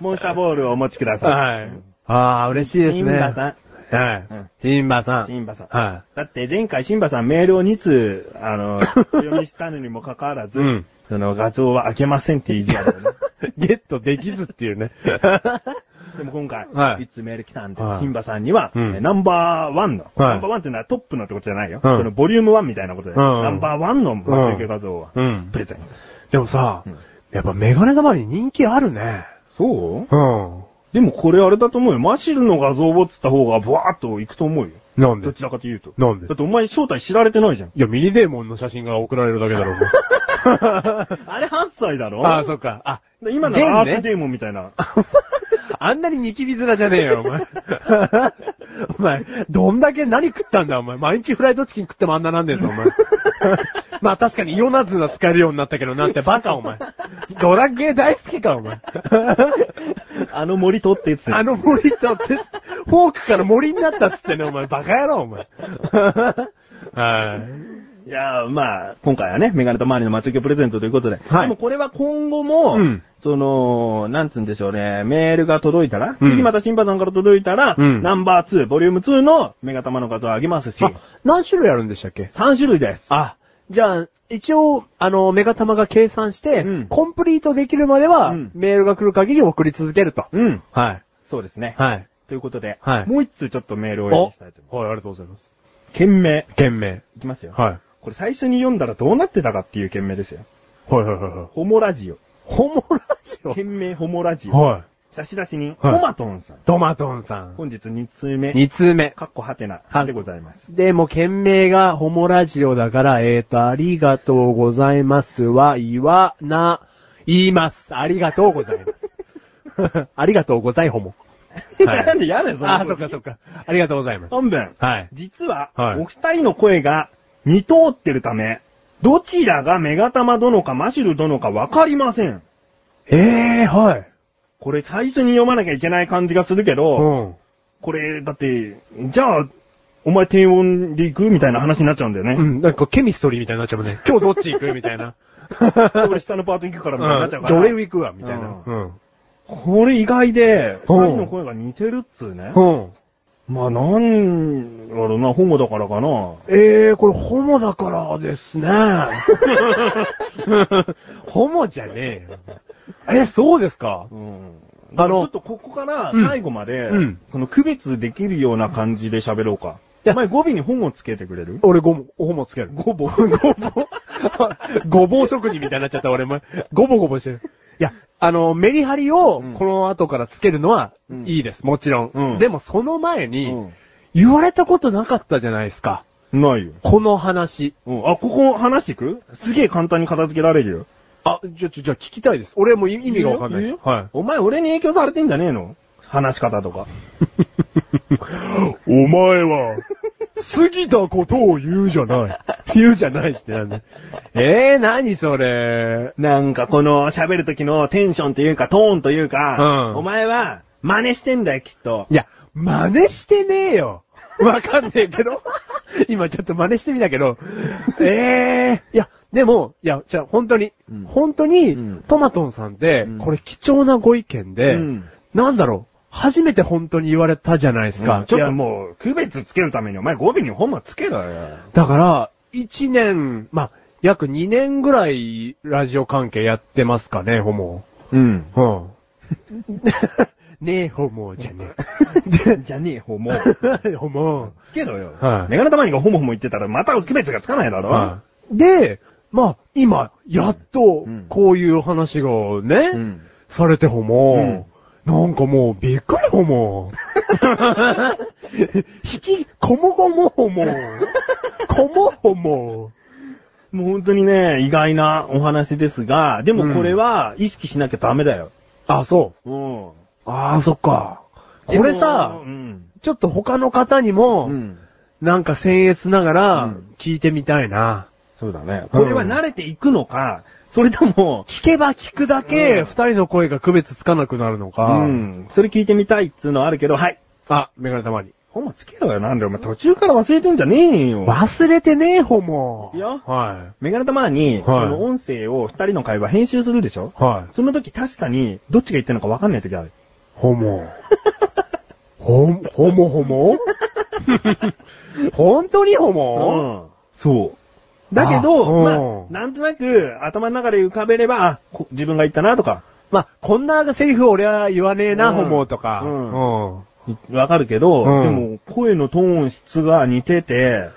A: モンスターボールをお持ちください。
C: はい。あー、嬉しいですね。
A: シンバさ
C: ん。は
A: うん
C: い。シンバさん。
A: シンバさん
C: は
A: だって前回シンバさんメールを2通、あ の、お読みしたのにもかかわらず、
C: うん
A: その画像は開けませんって言いづらい、ね。
C: い。ゲットできずってい うね。
A: でも今回、
C: はい
A: い、つメール来たんで、
C: はい
A: シンバさんには、
C: うん
A: えナンバーワンの、
C: はい
A: ナンバーワンっていうのはトップのってことじゃないよ。
C: うん
A: そのボリュームワンみたいなことで、
C: うんうん
A: ナンバーワンの待ち受け画像は、
C: うん
A: プ。レゼント。
C: でもさ
A: うん、
C: やっぱメガネ玉に人気あるね。
A: そう
C: うん。
A: でもこれあれだと思うよ。マシルの画像をつった方がブワーっといくと思うよ。
C: なんで
A: どちらかというと。
C: なんで
A: だってお前正体知られてないじゃ ん。
C: いや、ミニデーモンの写真が送られるだけだろ、もう
A: あれ8歳だろ
C: あー、そっか。あ、
A: 今のアー
C: 現
A: ク
C: ね
A: デーモンみたいな。
C: あんなにニキビ面じゃねえよ、お前。 お前、どんだけ何食ったんだ、お前。毎日フライドチキン食ってもあんななんですよ、お前。 まあ確かにイオナズが使えるようになったけど、なんてバカ、お前。ドラクエ大好きか、お 前。
A: あの森取ってっつ って
C: あの森とって、フォークから森になったっつってね、お前。バカ野郎、お前。 はい。
A: いやー、まあ、今回はね、メガネと周りの待ち受けプレゼントということで。
C: はい
A: でもこれは今後も、
C: うん
A: その、なんつうんでしょうね、メールが届いたら、
C: うん
A: 次またシンバさんから届いたら、
C: うん
A: ナンバー2、ボリューム2のメガ玉の画像をあげますし、
C: あ、何種類あるんでしたっけ
A: 3種類です。
C: あ、じゃあ、一応、あの、メガ玉が計算して、
A: うん
C: コンプリートできるまでは、
A: うん
C: メールが来る限り送り続けると。
A: うん。
C: はい。
A: そうですね。
C: はい。
A: ということで、
C: はい
A: もう一通ちょっとメールを
C: お
A: 用意
C: は
A: し
C: い、あ
A: たいと思いま
C: りがとうございます。
A: す。件名、
C: 件名。
A: いきますよ。
C: はい。
A: これ最初に読んだらどうなってたかっていう件名ですよ。
C: はいはいはいはい。
A: ホモラジオ。
C: ホモラジ
A: 件名ホモラジ
C: オ
A: オ。
C: はい。
A: 差出人、
C: はい
A: ホマトンさん。
C: トマトンさん。
A: 本日2通目、
C: 二通目。
A: かっこはてな
C: はい
A: でございます。
C: でも、件名がホモラジオだから、えーと、ありがとうございますは、言わな、言います。ありがとうござい ます。ありがとうございホモ。はい
A: なんで嫌だよ、の
C: あー、そっかそっか。ありがとうございます。
A: 本文。
C: はい。
A: 実は、
C: はい
A: お二人の声が似通ってるため、どちらがメガタマ殿かマシル殿かわかりません。
C: ええー、はい。
A: これ最初に読まなきゃいけない感じがするけ
C: う
A: ど、
C: ん。
A: これ、だって、じゃあ、お前低音で行くみたいな話になっちゃうんだよ
C: う
A: ね。
C: ん、なんかケミストリーみたいになっちゃうも んね。今日どっち行くみたいな。
A: 俺下のパート行くからみたいになっちゃうか
C: ジ
A: ら。
C: ョレウ行くわ、みたいな。
A: う
C: うん。
A: これ意外で、二
C: うん
A: 人の声が似てるっつうね。
C: うん。
A: まあ、なんだろうな、保護だからかな。
C: ええー、これホモだからです ね。ホモじゃねえよ。え、そうですか
A: うん。あ
C: あ
A: の、ちょっ
C: の、
A: とここから
C: うん
A: 最後まで、
C: うん
A: その区別できるような感じで喋ろうか。
C: いや
A: お前語尾に本をつけてくれる
C: 俺ごも、おほもつける。
A: ごぼ。ごぼ。
C: ごぼう職人みたいになっちゃった、俺も。ごぼごぼしてる。いや、あの、メリハリを
A: うん
C: この後からつけるのは
A: うん
C: いいです、もちろん。
A: うん
C: でもその前に、
A: う
C: 言われたことなかったじゃないですか。
A: ん。ないよ。
C: この話。
A: うん。あ、ここ話していくすげえ簡単に片付けられるよ。
C: あ、じゃ、じゃ、じゃ、聞きたいです。俺もう意意味がわかんないで
A: 言
C: す
A: う。よ
C: はい。
A: お前俺に影響されてんじゃねえの話し方とか。 お前は、
C: 過ぎたことを言うじゃ ない。言うじゃないってなんだ。えー、何それ。
A: なんかこの喋る時のテンションというかトーンというか、
C: うん
A: お前は真似してんだよきっと。
C: いや、真似してねえよ。わかんねえけど。今ちょっと真似してみたけど。ええいや、でも、いや、じゃあ本当に、
A: うん
C: 本当
A: う
C: に
A: ん、
C: トマトンさんって、
A: うん
C: これ貴重なご意見で、
A: うん
C: なんだろう、初めて本当に言われたじゃないですか。
A: うんちょっと
C: いや
A: もう、区別つけるためにお前語尾に本はつけろよ。
C: だから、一年、まあ、約2年ぐらい、ラジオ関係やってますかね、ホモ。
A: うん。
C: うん。 ねえ、ホモじゃね
A: じゃねえ、ホモ。
C: え。ホモ。
A: つけろよ。
C: はい
A: メガネたまにがホモホモ言ってたら、また区別がつかないだろ。
C: で、まあ、今、やっと
A: うん、
C: こういう話がね、
A: うん
C: されてほも、なんかもう、びっくりほも。 引き、こもごもほも。こもほも。
A: もう本当にね、意外なお話ですが、でもこれは意識しなきゃダメだよ。
C: あ、そ
A: うん。
C: う。ああ、そっか。これさ
A: う、ん。
C: ちょっと他の方にも、
A: うん。
C: なんか僭越なが
A: う
C: ら
A: ん、
C: 聞いてみたいな。
A: そうだね。これは慣れていくのか、それとも、
C: 聞けば聞くだけ、
A: うん
C: 二人の声が区別つかなくなるの
A: う
C: か。
A: ん。それ聞いてみたいっつうのはあるけど、はい。
C: あ、メガネたまに。
A: ホモつけろよ、なんでお前途中から忘れてんじゃねえよ。
C: 忘れてねえ、ほも。
A: いや
C: は
A: メガネたまに、
C: い
A: この音声を二人の会話編集するでしょ
C: い。はい。
A: その時確かに、どっちが言ってるのか分かんない時ある。
C: ほも。 ほ、ほもほも 本当にほも、
A: ん。そう。だけど、
C: あうん
A: まあ、なんとなく、頭の中で浮かべれば、あ、こ自分が言ったなとか、
C: まあ、こんなセリフ俺は言わねえな、
A: うん
C: ほもとか。
A: うん
C: うん
A: わかるけど、
C: うん
A: でも、声のトーン質が似てて、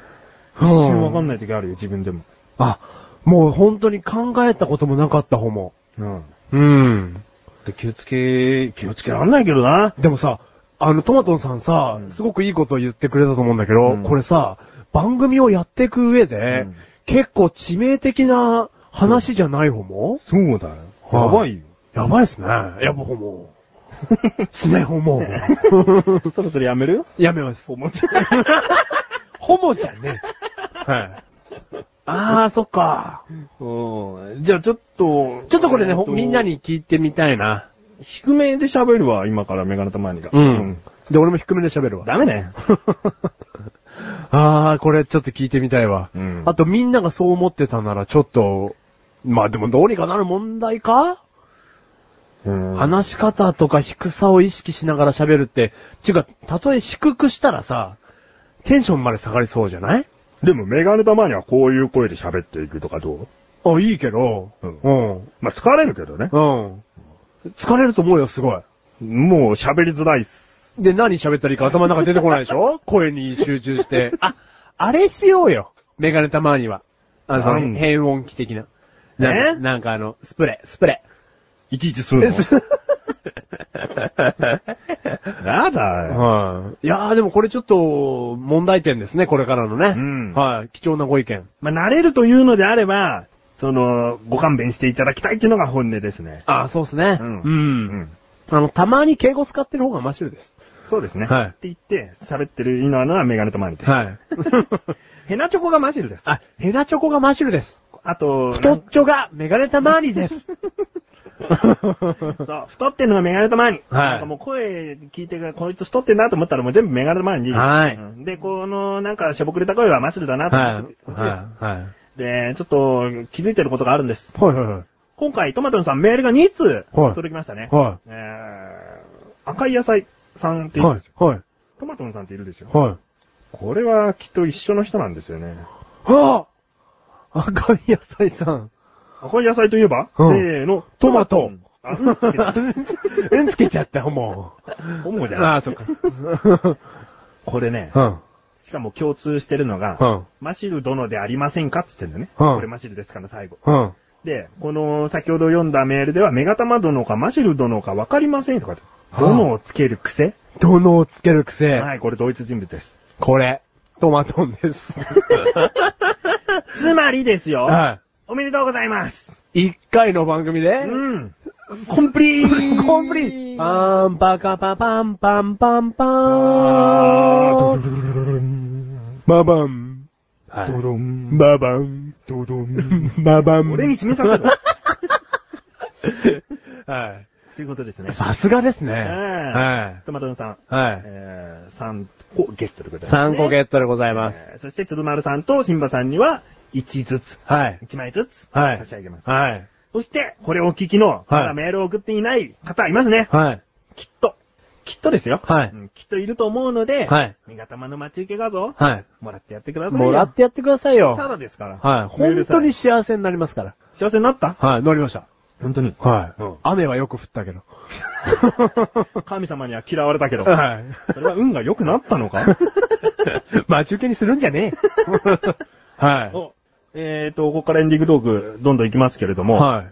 A: 一瞬わかんない時あるよ、自分でも。
C: あ、もう本当に考えたこともなかった、ほも。
A: うん。
C: うん。
A: で気をつけ、気をつけらんないけどな。
C: でもさ、あの、トマトンさんさ、
A: うん
C: すごくいいことを言ってくれたと思うんだけど、
A: うん
C: これさ、番組をやっていく上で、
A: うん
C: 結構致命的な話じゃない方も、
A: そうだよ。
C: は
A: や
C: い
A: ばいよ。
C: やばいっすね。やばほも。しないほも。
A: そろそろやめる
C: やめます。
A: ホモ
C: ほもじゃねえ。はい。あー、そっか。
A: うん。じゃあちょっと、
C: ちょっとこれね、
A: えー
C: ほみんな。に聞いてみたいな。
A: 低めで喋るわ、今からメガネたまにが。
C: うん。で、俺も低めで喋る
A: うん
C: わ。
A: ダメ ね。
C: あー、これちょっと聞いてみたいわ。
A: うん
C: あとみんながそう思ってたならちょっと、まあでもどうにかなる問題か、
A: うん。
C: 話し方とか低さを意識しながら喋るって、ちゅうか、たとえ低くしたらさ、テンションまで下がりそうじゃない
A: でもメガネたまにはこういう声で喋っていくとかどう
C: あ、いいけど、
A: う
C: うんん。うん。
A: まあ、疲れるけどね。
C: 疲れると思うよ、すごい。
A: もう喋りづらいっす。
C: で、何喋ったらいいか頭の中出てこないでし ょ声に集中して。あ、あれしようよ。メガネたまには。あの、そ
A: なん
C: の、変音機的な。
A: ね
C: ななんかあの、スプレー、スプレ
A: いちいちするの。 やだ
C: ー。
A: よ。
C: はい。いやーでもこれちょっと、問題点ですね、これからのね。
A: うん
C: はい。貴重なご意見。
A: まあ、慣れるというのであれば、その、ご勘弁していただきたいっていうのが本音ですね。
C: あー、そうですね。
A: うんう
C: うん。。あの、たまに敬語使ってる方がマシュルです。
A: そうですね。
C: はい
A: って言って、喋ってる今のはメガネとマニです。
C: はい。
A: ヘナチョコがマシルです。あ
C: あ、ヘナチョコがマシュルです。
A: と、
C: 太っちょがメガネたまにです。
A: そう、太ってんのがメガネとマニ。
C: はい
A: なんかもう声聞いてから、こいつ太ってんなと思ったらもう全部メガネとマニです。
C: はい
A: うんで、この、なんか、しょぼくれた声はマシルだなと思って、こっちです
C: い。はい。
A: で、ちょっと気づいてることがあるんです。
C: はいはいはい。
A: 今回、トマトンさんメールが2通
C: はい
A: 届きましたね。
C: は
A: えー、赤い野菜さんっ
C: い。
A: ている
C: は
A: で
C: い
A: しょ、。
C: はい。
A: トマトンさんっているでしょ
C: はい。
A: これはきっと一緒の人なんですよね。
C: はぁ赤い野菜さん。
A: 赤い野菜といえば、
C: うん
A: せーの、
C: トマト。
A: あ、うんつけた。
C: うんつけちゃった、も
A: ホモじ
C: う。
A: ゃな
C: あ
A: い。
C: あ、そっか。う
A: これね、
C: ん。
A: しかも共通してるのが、
C: うん
A: マシル殿でありませんかっつってんだよね。
C: うん
A: これマシルですから最後。
C: うん。
A: で、この先ほど読んだメールでは、メガタマ殿かマシル殿かわかりませんとかって。殿をつける癖
C: どをつける癖。
A: はい、これ同一人物です。
C: これ。トマトンです。
A: つまりですよ、
C: は
A: おめでとうございます。
C: い。一回の番組で、
A: うん。コンプリート
C: コンプリートパンパカパパンパンパンパーンババン。はい
A: ドロン、
C: ババン。
A: ドドン。
C: ババン。
A: 俺に締めさせろ。
C: は
A: ということですね
C: い。。さすがですね。
A: は。
C: はい
A: トマトのさん、
C: い。はい。
A: えー、3個ゲットでございます、
C: 3個ゲ
A: ッ
C: ットでござい
A: ト
C: ます。
A: そして、鶴丸さんと新馬さんには、1ずつ、
C: はい。
A: 1枚ずつ、
C: はい
A: 差し上げます。
C: はい。
A: そして、これをお聞きの、まだメールを送っていない方いますね。
C: はい。
A: きっと。きっとですよ。
C: はい
A: うんきっといると思うので、
C: はい。
A: 味方間の待ち受け画像、
C: はい。
A: もらってやってくださいよ。
C: もらってやってくださいよ。
A: ただですから。
C: は
A: メ
C: い。
A: ー
C: 本
A: ルさ
C: 当に幸せになりますから。
A: 幸せになった
C: はい。乗りました。
A: 本当に。
C: は
A: うん
C: 雨はよく降ったけど。
A: 神様には嫌われたけど。
C: はい。
A: それは運が良くなったのか
C: 待ち受けにするんじゃね え。は
A: おえーと、ここからエンディングトーク、どんどん行きますけれど
C: い。
A: も、
C: は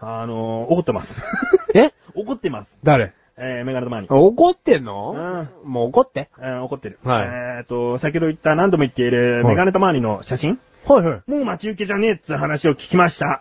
A: あのー、怒ってます。
C: い。え
A: 怒ってます。
C: 誰
A: えー、メガネとマーニー。
C: 怒ってん
A: う
C: の
A: ん
C: もう怒って。
A: えー怒ってる。
C: は
A: え
C: い
A: ーと、先ほど言った何度も言っているメガネとマーニーの写真、
C: はいはい。
A: もう待ち受けじゃねえっつう話を聞きました。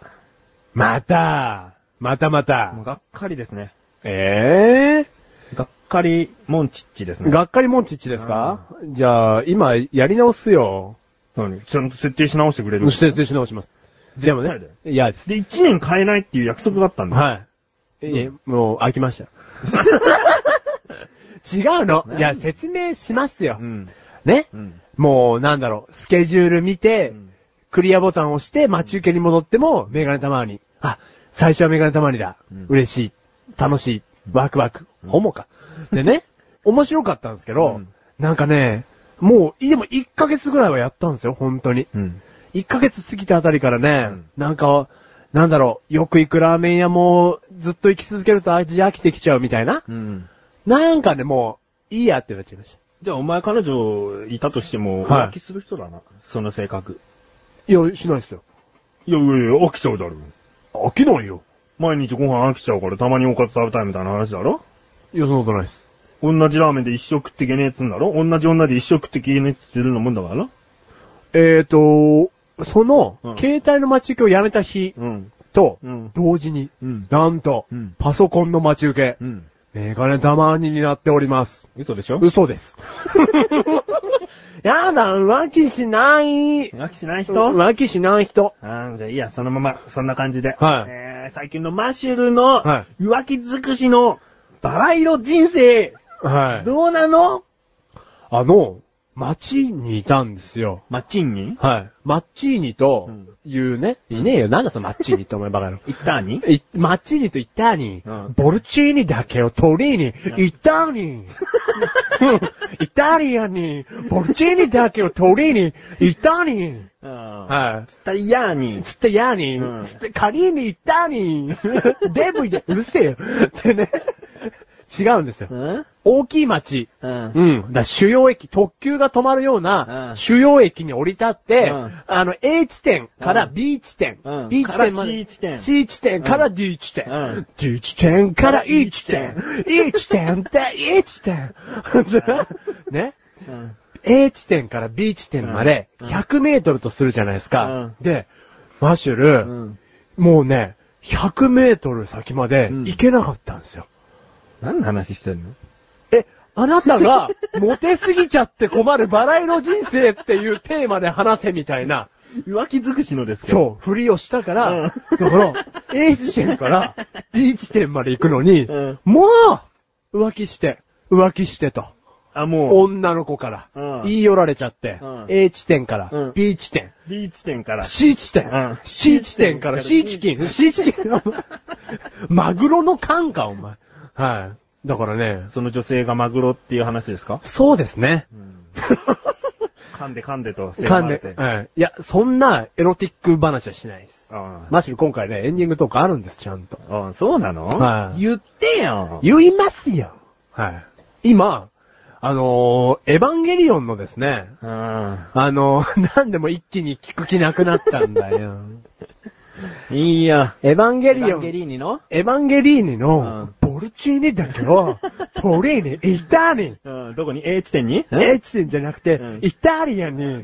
C: また、またまた
A: もう。がっかりですね。
C: ええ
A: がっかり、モンチッチですね。
C: がっかりモンチッチですかじゃあ、今、やり直すよ。
A: 何ちゃんと設定し直してくれる。
C: 設定し直します。でも
A: 絶対
C: ね
A: だよ、
C: いやです。
A: で、1年変えないっていう約束があったんだ。
C: はい。いえ、もう、飽き ました。違うの。いや、説明しますよ
A: う。ん。
C: ね
A: うん。
C: もう、なんだろう、スケジュール見て、クリアボタンを押して、待ち受けに戻っても、メガネたまわり。あ、最初はメガネたまわりだ
A: うん。
C: 嬉しい。楽しい。ワクワク。
A: ん
C: ホモか。で ね、面白かったんですけ
A: う
C: ど
A: ん、
C: なんかね、もう、いでも1ヶ月ぐらいはやったんですよ、本当に。
A: うん。
C: 1ヶ月過ぎたあたりからね、
A: うん
C: なんか、なんだろう、よく行くラーメン屋も、ずっと行き続けると味飽きてきちゃうみたいな。
A: うん。
C: なんかね、もう、いいやってなっちゃいました。
A: じゃあ、お前彼女いたとしても、
C: はい
A: 浮気する人だな。その性格。
C: いや、しないですよ。
A: いやいやいや、飽きちゃうだろ。
C: 飽きないよ。
A: 毎日ご飯飽きちゃうからたまにおかず食べたいみたいな話だろ
C: いや、そんなことないです。
A: 同じラーメンで一生食ってけねえっつうんだろ同じ女で一生食ってけねえっつってるのもんだからな。
C: えーと、その
A: うん、
C: 携帯の待ち受けをやめた日
A: うん。
C: と
A: うん、
C: 同時に、
A: うん
C: なんと
A: うん、
C: パソコンの待ち受け、
A: うん。
C: メガネたまにになっております。
A: 嘘でしょ
C: 嘘です。やだ、浮気しない。
A: 浮気しない人
C: 浮気しない人。
A: あーじゃあいいや、そのまま、そんな感じで。
C: はい
A: えー、最近のマシュルの、
C: は
A: 浮気尽くしの、バラ色人生、
C: はい。
A: どうなの
C: あの、街にいたんですよ。
A: マッチンに
C: はい。マッチーニというね、いねえよ。なんだそのマッチーニってお前バカの。
A: 行ったに
C: いマッチーニとイッターニ、
A: うん
C: ボルチーニだけをトリーニ、イッターニ、イタリアンに、ボルチーニだけをトリーニ、イッターニ、
A: は。。
C: はい
A: つったいやーに。
C: つってやーに、
A: うん
C: つってカリーニ、イッターニ、デブイで、うるせえよ。ってね、違うんですよ。
A: ん
C: 大きい町。
A: うん。
C: うん。だから主要駅、特急が止まるよう
A: うん
C: な、主要駅に降り立って、
A: うん
C: あの、A 地点か
A: う
C: ら
A: ん
C: B 地点、
A: うん
C: B 地点ま
A: から
C: で
A: C 地点
C: C 地点か
A: う
C: ら D 地点、
A: うん
C: D 地点から E 地点、E 地点で E 地点。 ね
A: うん。
C: A 地点から B 地点まで
A: うん
C: 100メートルとするじゃないですか。
A: う
C: で、マシュ
A: う
C: ル、
A: ん。
C: もうね、100メートル先まで行けなかったんですよ。
A: 何の話してんの
C: え、あなたが、モテすぎちゃって困るバラ色人生っていうテーマで話せみたいな、
A: 浮気尽くしのですけど。
C: そう、ふりをしたから、
A: うん
C: だから、A 地点から B 地点まで行くのに、
A: うん
C: もう、浮気して、浮気してと、
A: あ、もう、
C: 女の子から、
A: うん
C: 言い寄られちゃって、
A: うん
C: A 地点から、
A: うん
C: B 地点、
A: B 地点から。
C: C 地点、
A: うん
C: C 地点から
A: C
C: C
A: 地
C: チキン、C チキン、 マグロの缶か、お前。はい。だからね、
A: その女性がマグロっていう話ですか
C: そうですね。
A: 噛んで噛んでと、
C: 噛んで、
A: せがまれて
C: はい。いや、そんなエロティック話はしないです。です。
A: あ
C: マシル今回ね、エンディングトークあるんです、ちゃんと。
A: ああそうなの
C: はい
A: 言ってよ。
C: 言いますよ。はい。今、あのーエヴァンゲリオンのですね、
A: うん。
C: あのー なんでも一気に聞く気なくなったんだよ。
A: いいよ。
C: エヴァンゲ
A: エ
C: リ
A: ヴァ
C: オ
A: ン
C: ン
A: ゲ、リーニの
C: エヴァンゲリーニ
A: う
C: の
A: ん、
C: ボルチーニだけど、トリーニ、イタリ
A: うん、どこに ?A 地点に
C: アン。エチテンじゃなくて
A: うん、
C: イタリアン に、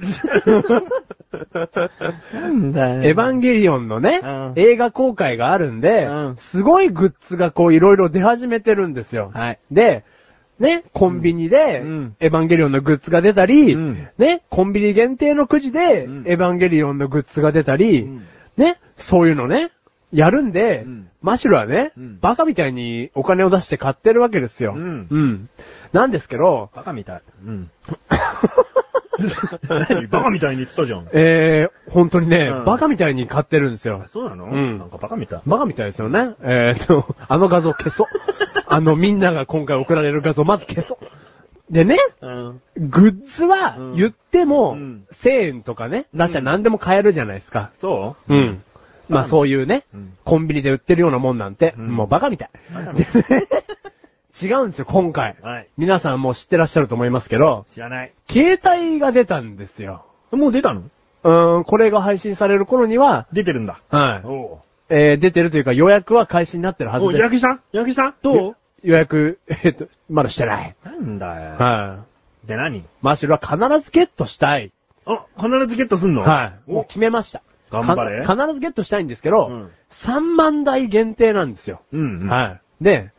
A: なんだよ
C: エヴァンゲリオンのね
A: うん、
C: 映画公開があるんで
A: うん、
C: すごいグッズがこういろいろ出始めてるんですよ。
A: はい。
C: で、ね、コンビニで
A: うん、
C: エヴァンゲリオンのグッズが出たり
A: うん、
C: ね、コンビニ限定のくじで、エ
A: うん
C: ヴァンゲリオンのグッズが出た
A: う
C: り
A: ん、
C: ね、そういうのね、やるんで
A: うん、
C: マシュルはね
A: うん、
C: バカみたいにお金を出して買ってるわけですよ。
A: う
C: うんん。なんですけど、
A: バカみたい。うん。 何バカみたいに言ってたじゃん。
C: えー、本当にね
A: うん、
C: バカみたいに買ってるんですよ
A: あ。そうなの
C: うん
A: なんかバカみたい。
C: バカみたいですよね。えー、っと、あの画像 消そう。あのみんなが今回送られる画像まず消そう。でね、
A: うん。
C: グッズは
A: うん
C: 言っても、
A: うん
C: 1000円とかね、出したら何でも買えるじゃないですか。
A: そ
C: うん。まあそういうね、
A: うん
C: コンビニで売ってるようなもんなんて、
A: うん
C: もうバカみたい。
A: うバカみたい。
C: 違うんですよ、今回。
A: はい。
C: 皆さんもう知ってらっしゃると思いますけど、
A: 知らない。
C: 携帯が出たんですよ。
A: もう出たの
C: うーん、これが配信される頃には、
A: 出てるんだ。
C: はい。
A: お
C: えー、出てるというか予約は開始になってるは
A: お
C: ず
A: う、
C: です
A: や。きさんやきさんどう
C: 予約、えっと、まだしてない。
A: なんだよ。
C: はい。
A: で何
C: マシュルは必ずゲットしたい。
A: あ、必ずゲットすんの
C: はい。もう
A: お、
C: 決めました。
A: 頑張れ
C: か必ずゲットしたいんですけど、
A: うん
C: 3万台限定なんですよ。
A: うんうん。
C: はい。で、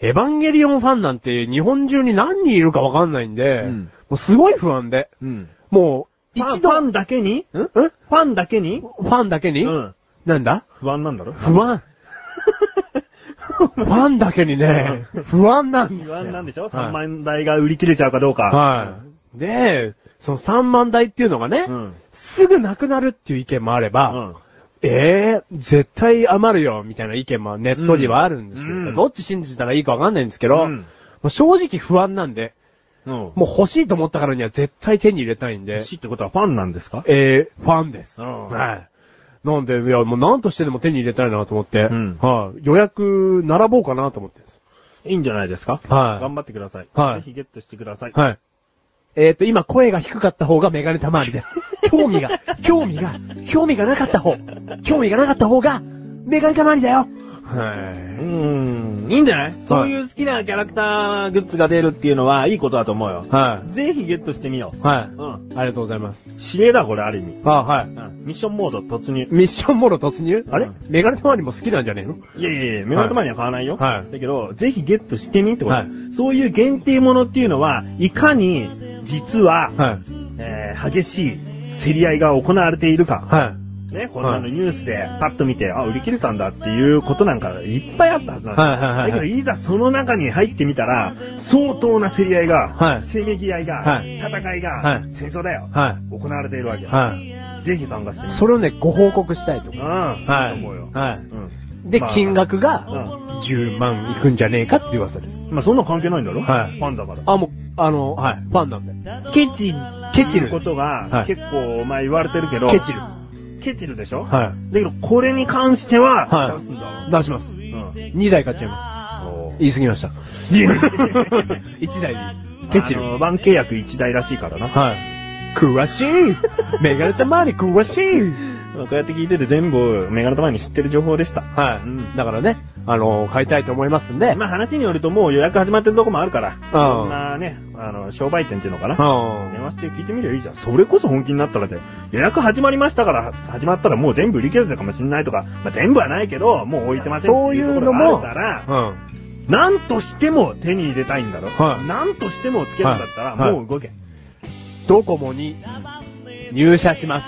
C: エヴァンゲリオンファンなんて日本中に何人いるかわかんないんで、
A: うん
C: もうすごい不安で、
A: うん。
C: もう、
A: ファン
C: 一
A: フ
C: 度、
A: ァ
C: ん
A: ンだけにんフ
C: フ
A: ァンだけに
C: ァンだけに、
A: うん。
C: なんだ
A: 不安なんだろ
C: 不 安。ファンだけにね、不安なんです
A: 不
C: よ。
A: 安なんでしょ
C: はい
A: ?3 万円台が売り切れちゃうかどうか。
C: はい。で、その3万台っていうのがね、
A: うん
C: すぐなくなるっていう意見もあれば、
A: うん。
C: ええー、絶対余るよ、みたいな意見もネットにはあるんですよ。
A: うん
C: どっち信じたらいいかわかんないんですけど、
A: うん
C: もう正直不安なんで、
A: うん。
C: もう欲しいと思ったからには絶対手に入れたいんで
A: 欲、しいってことはファンなんですか
C: えー、ファンです。
A: うん
C: はい。なんで、いや、もう何としてでも手に入れたいなと思って、
A: うん
C: はい、予約並ぼうかなと思ってるんです。
A: いいんじゃないですか
C: はい
A: 頑張ってください。
C: はい
A: ぜひゲットしてください。
C: はい。えっ、と、今声が低かった方がメガネたまわりです。 興味が、興味が、興味がなかった方、興味がなかった方が、メガネたまわりだよ。
A: う
C: は
A: ーん。いいんじゃないそういう好きなキャラクターグッズが出るっていうのはいいことだと思うよ
C: い。。は
A: ぜひゲットしてみよ
C: い。は
A: う。うん。
C: い。ありがとうございます。
A: 指令だ、これ、ある意味。
C: あはい。
A: うん。ミッションモード突入。
C: ミッションモロ突入あれ、
A: うん
C: メガネたまわりも好きなんじゃねえの
A: いやいやいや、メガネたまには買わないよ。
C: はい
A: だけど、ぜひゲットしてみってこと。
C: はい
A: そういう限定ものっていうのは、いかに、実は、
C: はい。
A: えー激しい競り合いが行われているか。
C: はい。
A: ね、こんなのニュースでパッと見て、あ、売り切れたんだっていうことなんかいっぱいあったはずなんだ。
C: はいはいはいはい
A: だけど、いざその中に入ってみたら、相当な競り合いが、
C: はい
A: せめぎ合いが、
C: はい
A: 戦いが、
C: はい
A: 戦争だよ、
C: は
A: 行われているわけ
C: い。
A: だ。
C: はい。
A: ぜひ参加してみ
C: それをね、ご報告したいと
A: う。う
C: 思う。
A: ん、
C: はい
A: いいと思うよ。
C: は
A: うん
C: い。で、
A: まあ
C: 金額が
A: う、
C: 10万いくんじゃねえかっていう噂です。
A: まあ、そんな関係ないんだろ
C: はい
A: ファンだから。
C: あ、もう、あの、はい。ファンなんで。
A: ケチ、ケチること
C: は
A: が、
C: い
A: 結構、まあ言われてるけど、
C: ケチる。
A: ケチるでしょ
C: は
A: だけど、これに関しては、
C: はい
A: 出すんだ。
C: い。出します。
A: うん。
C: 2台買っちゃいます。言い過ぎ ました。1台です。ケチ
A: あ
C: る。
A: の。ワン契約一台らしいからな。
C: はい。詳しいメガネたまわり詳しい
A: こうやって聞いてて全部、メガネと前に知ってる情報でした。
C: はい、
A: うん
C: だからね、あの買いたいと思いますんで。
A: まあ話によるともう予約始まってるとこもあるから、いろんなね、あの、商売店っていうのかな。
C: うん
A: 電話して聞いてみりゃいいじゃん。それこそ本気になったらで、予約始まりましたから、始まったらもう全部売り切れてたかもしんないとか、まあ全部はないけど、もう置いてませんっ
C: そう
A: て
C: い
A: いうとこ
C: う
A: ろ
C: の
A: があ
C: も、
A: るから、
C: うん。
A: なんとしても手に入れたいんだろ。
C: はい
A: なんとしてもつけるんだったら、
C: はい
A: もう動け。
C: ドコモに入社します。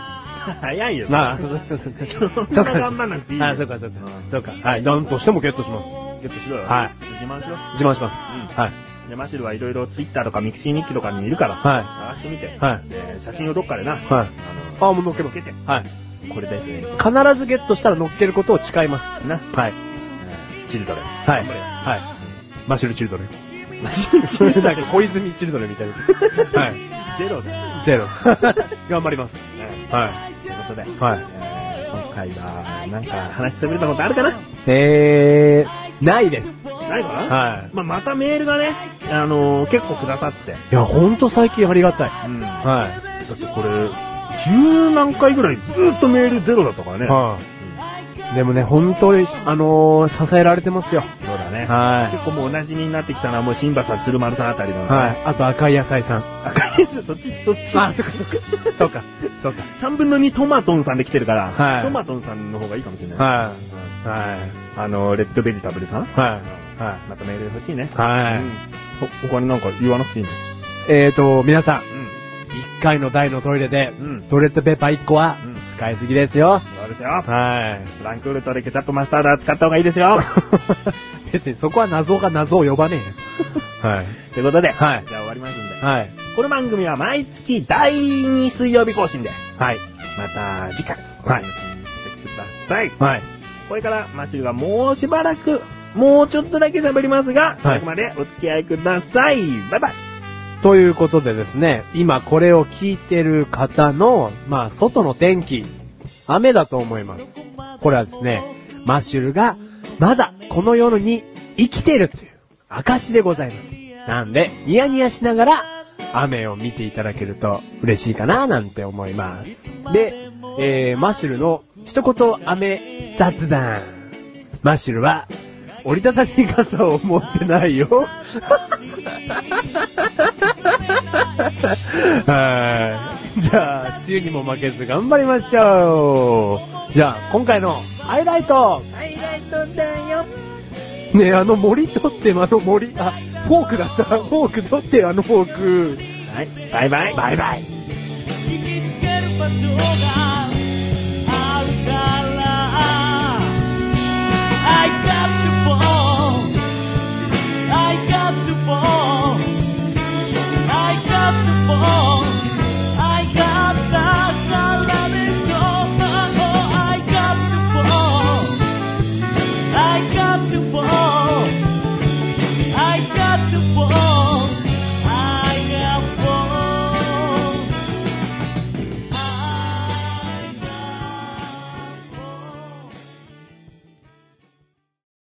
A: 早いよ。
C: ああ、
A: そんな頑張んなくていいよ。
C: あ、そう
A: か。
C: かそうか
A: うん。
C: そうか。はい。なんとしてもゲットします。
A: ゲットしろよ。
C: はい。
A: 自慢しろ。
C: 自慢します。
A: う
C: はい。
A: ん。で、マシルはいろいろツイッターとかミクシー日記とかにいるから、
C: はい
A: 探してみて。
C: はい。
A: えー写真をどっかでな、
C: はい。
A: あ
C: あ、もう乗っけ
A: の、
C: ま
A: つけ
C: す。
A: て、
C: はい。
A: これですね。
C: 必ずゲットしたら乗っけることを誓います。
A: な、
C: はい。
A: チルドレン。
C: はい。
A: 頑張れよ
C: はい。マシュルチ ルドレン。マシュルチルドレン。小泉チルドレンみたいです。 はい。
A: ゼロだ。
C: ゼロ。頑張ります。
A: はい
C: は
A: ということで、
C: い。はい。
A: えー今回は、なんか話しそびれたことあるかな
C: えー、ないです。
A: ないかな
C: はい。
A: まあ、またメールがね、あのー結構くださって。
C: いや、ほんと最近ありがたい。
A: うん。だ
C: は
A: ってこれ、十何回ぐらいずっとメールゼロだったから
C: い。
A: ね。
C: はあ、でもね、本当に、あのー、支えられてますよ。
A: うんそうだね。
C: は
A: 結構もうお馴染みになってきたのは、もう新馬さん、鶴丸さんあたりの。
C: い。はい。あと赤い野菜さん。
A: 赤いやつ、 そっち、そっち。
C: あ、そっかそっか。そうか。そうか。
A: 3分の2トマトンさんで来てるから、
C: はい
A: トマトンさんの方がいいかもしれない。
C: は
A: うん
C: い。はい。
A: あの、レッドベジタブルさん
C: はい。は
A: またメール欲しいね。
C: い。
A: う
C: は
A: ん
C: い。
A: ほ他になんか言わなくていいの
C: えーと、皆さん、1回の台のトイレで、
A: うん。うん。
C: トイレットペーパー1個は
A: うん。
C: 使いすぎですよ。
A: そうですよ。
C: は
A: フランクフルトでケチャップマスタードは使った方がいいですよ。
C: い。 別にそこは謎が謎を呼ばねえよ。はい。
A: ということで、
C: はい
A: じゃあ終わりますんで。
C: はい。
A: この番組は毎月第2水曜日更新です。
C: はい。
A: また次回、
C: はい
A: お楽しみにしてください。
C: はい。
A: これからマシュルがもうしばらく、もうちょっとだけ喋りますが、
C: はい
A: 最後までお付き合いください。バイバイ。
C: ということでですね、今これを聞いてる方の、まあ、外の天気、雨だと思います。これはですね、マッシュルが、まだこの世に生きているという証でございます。なんで、ニヤニヤしながら、雨を見ていただけると嬉しいかな、なんて思います。で、えー、マッシュルの一言雨雑談。マッシュルは、折りたたみ傘を持ってないよ。はい。じゃあ、梅雨にも負けず頑張りましょう。じゃあ、今回のハイライト。
B: ハイライトだよ
C: ねえ、あの森取って、あの森、あ、フォークだった。フォーク取って、あのフォーク。
A: はい。バイバイ。
C: バイバイ。
E: 引きつける場所があるから I got the ball I got the ball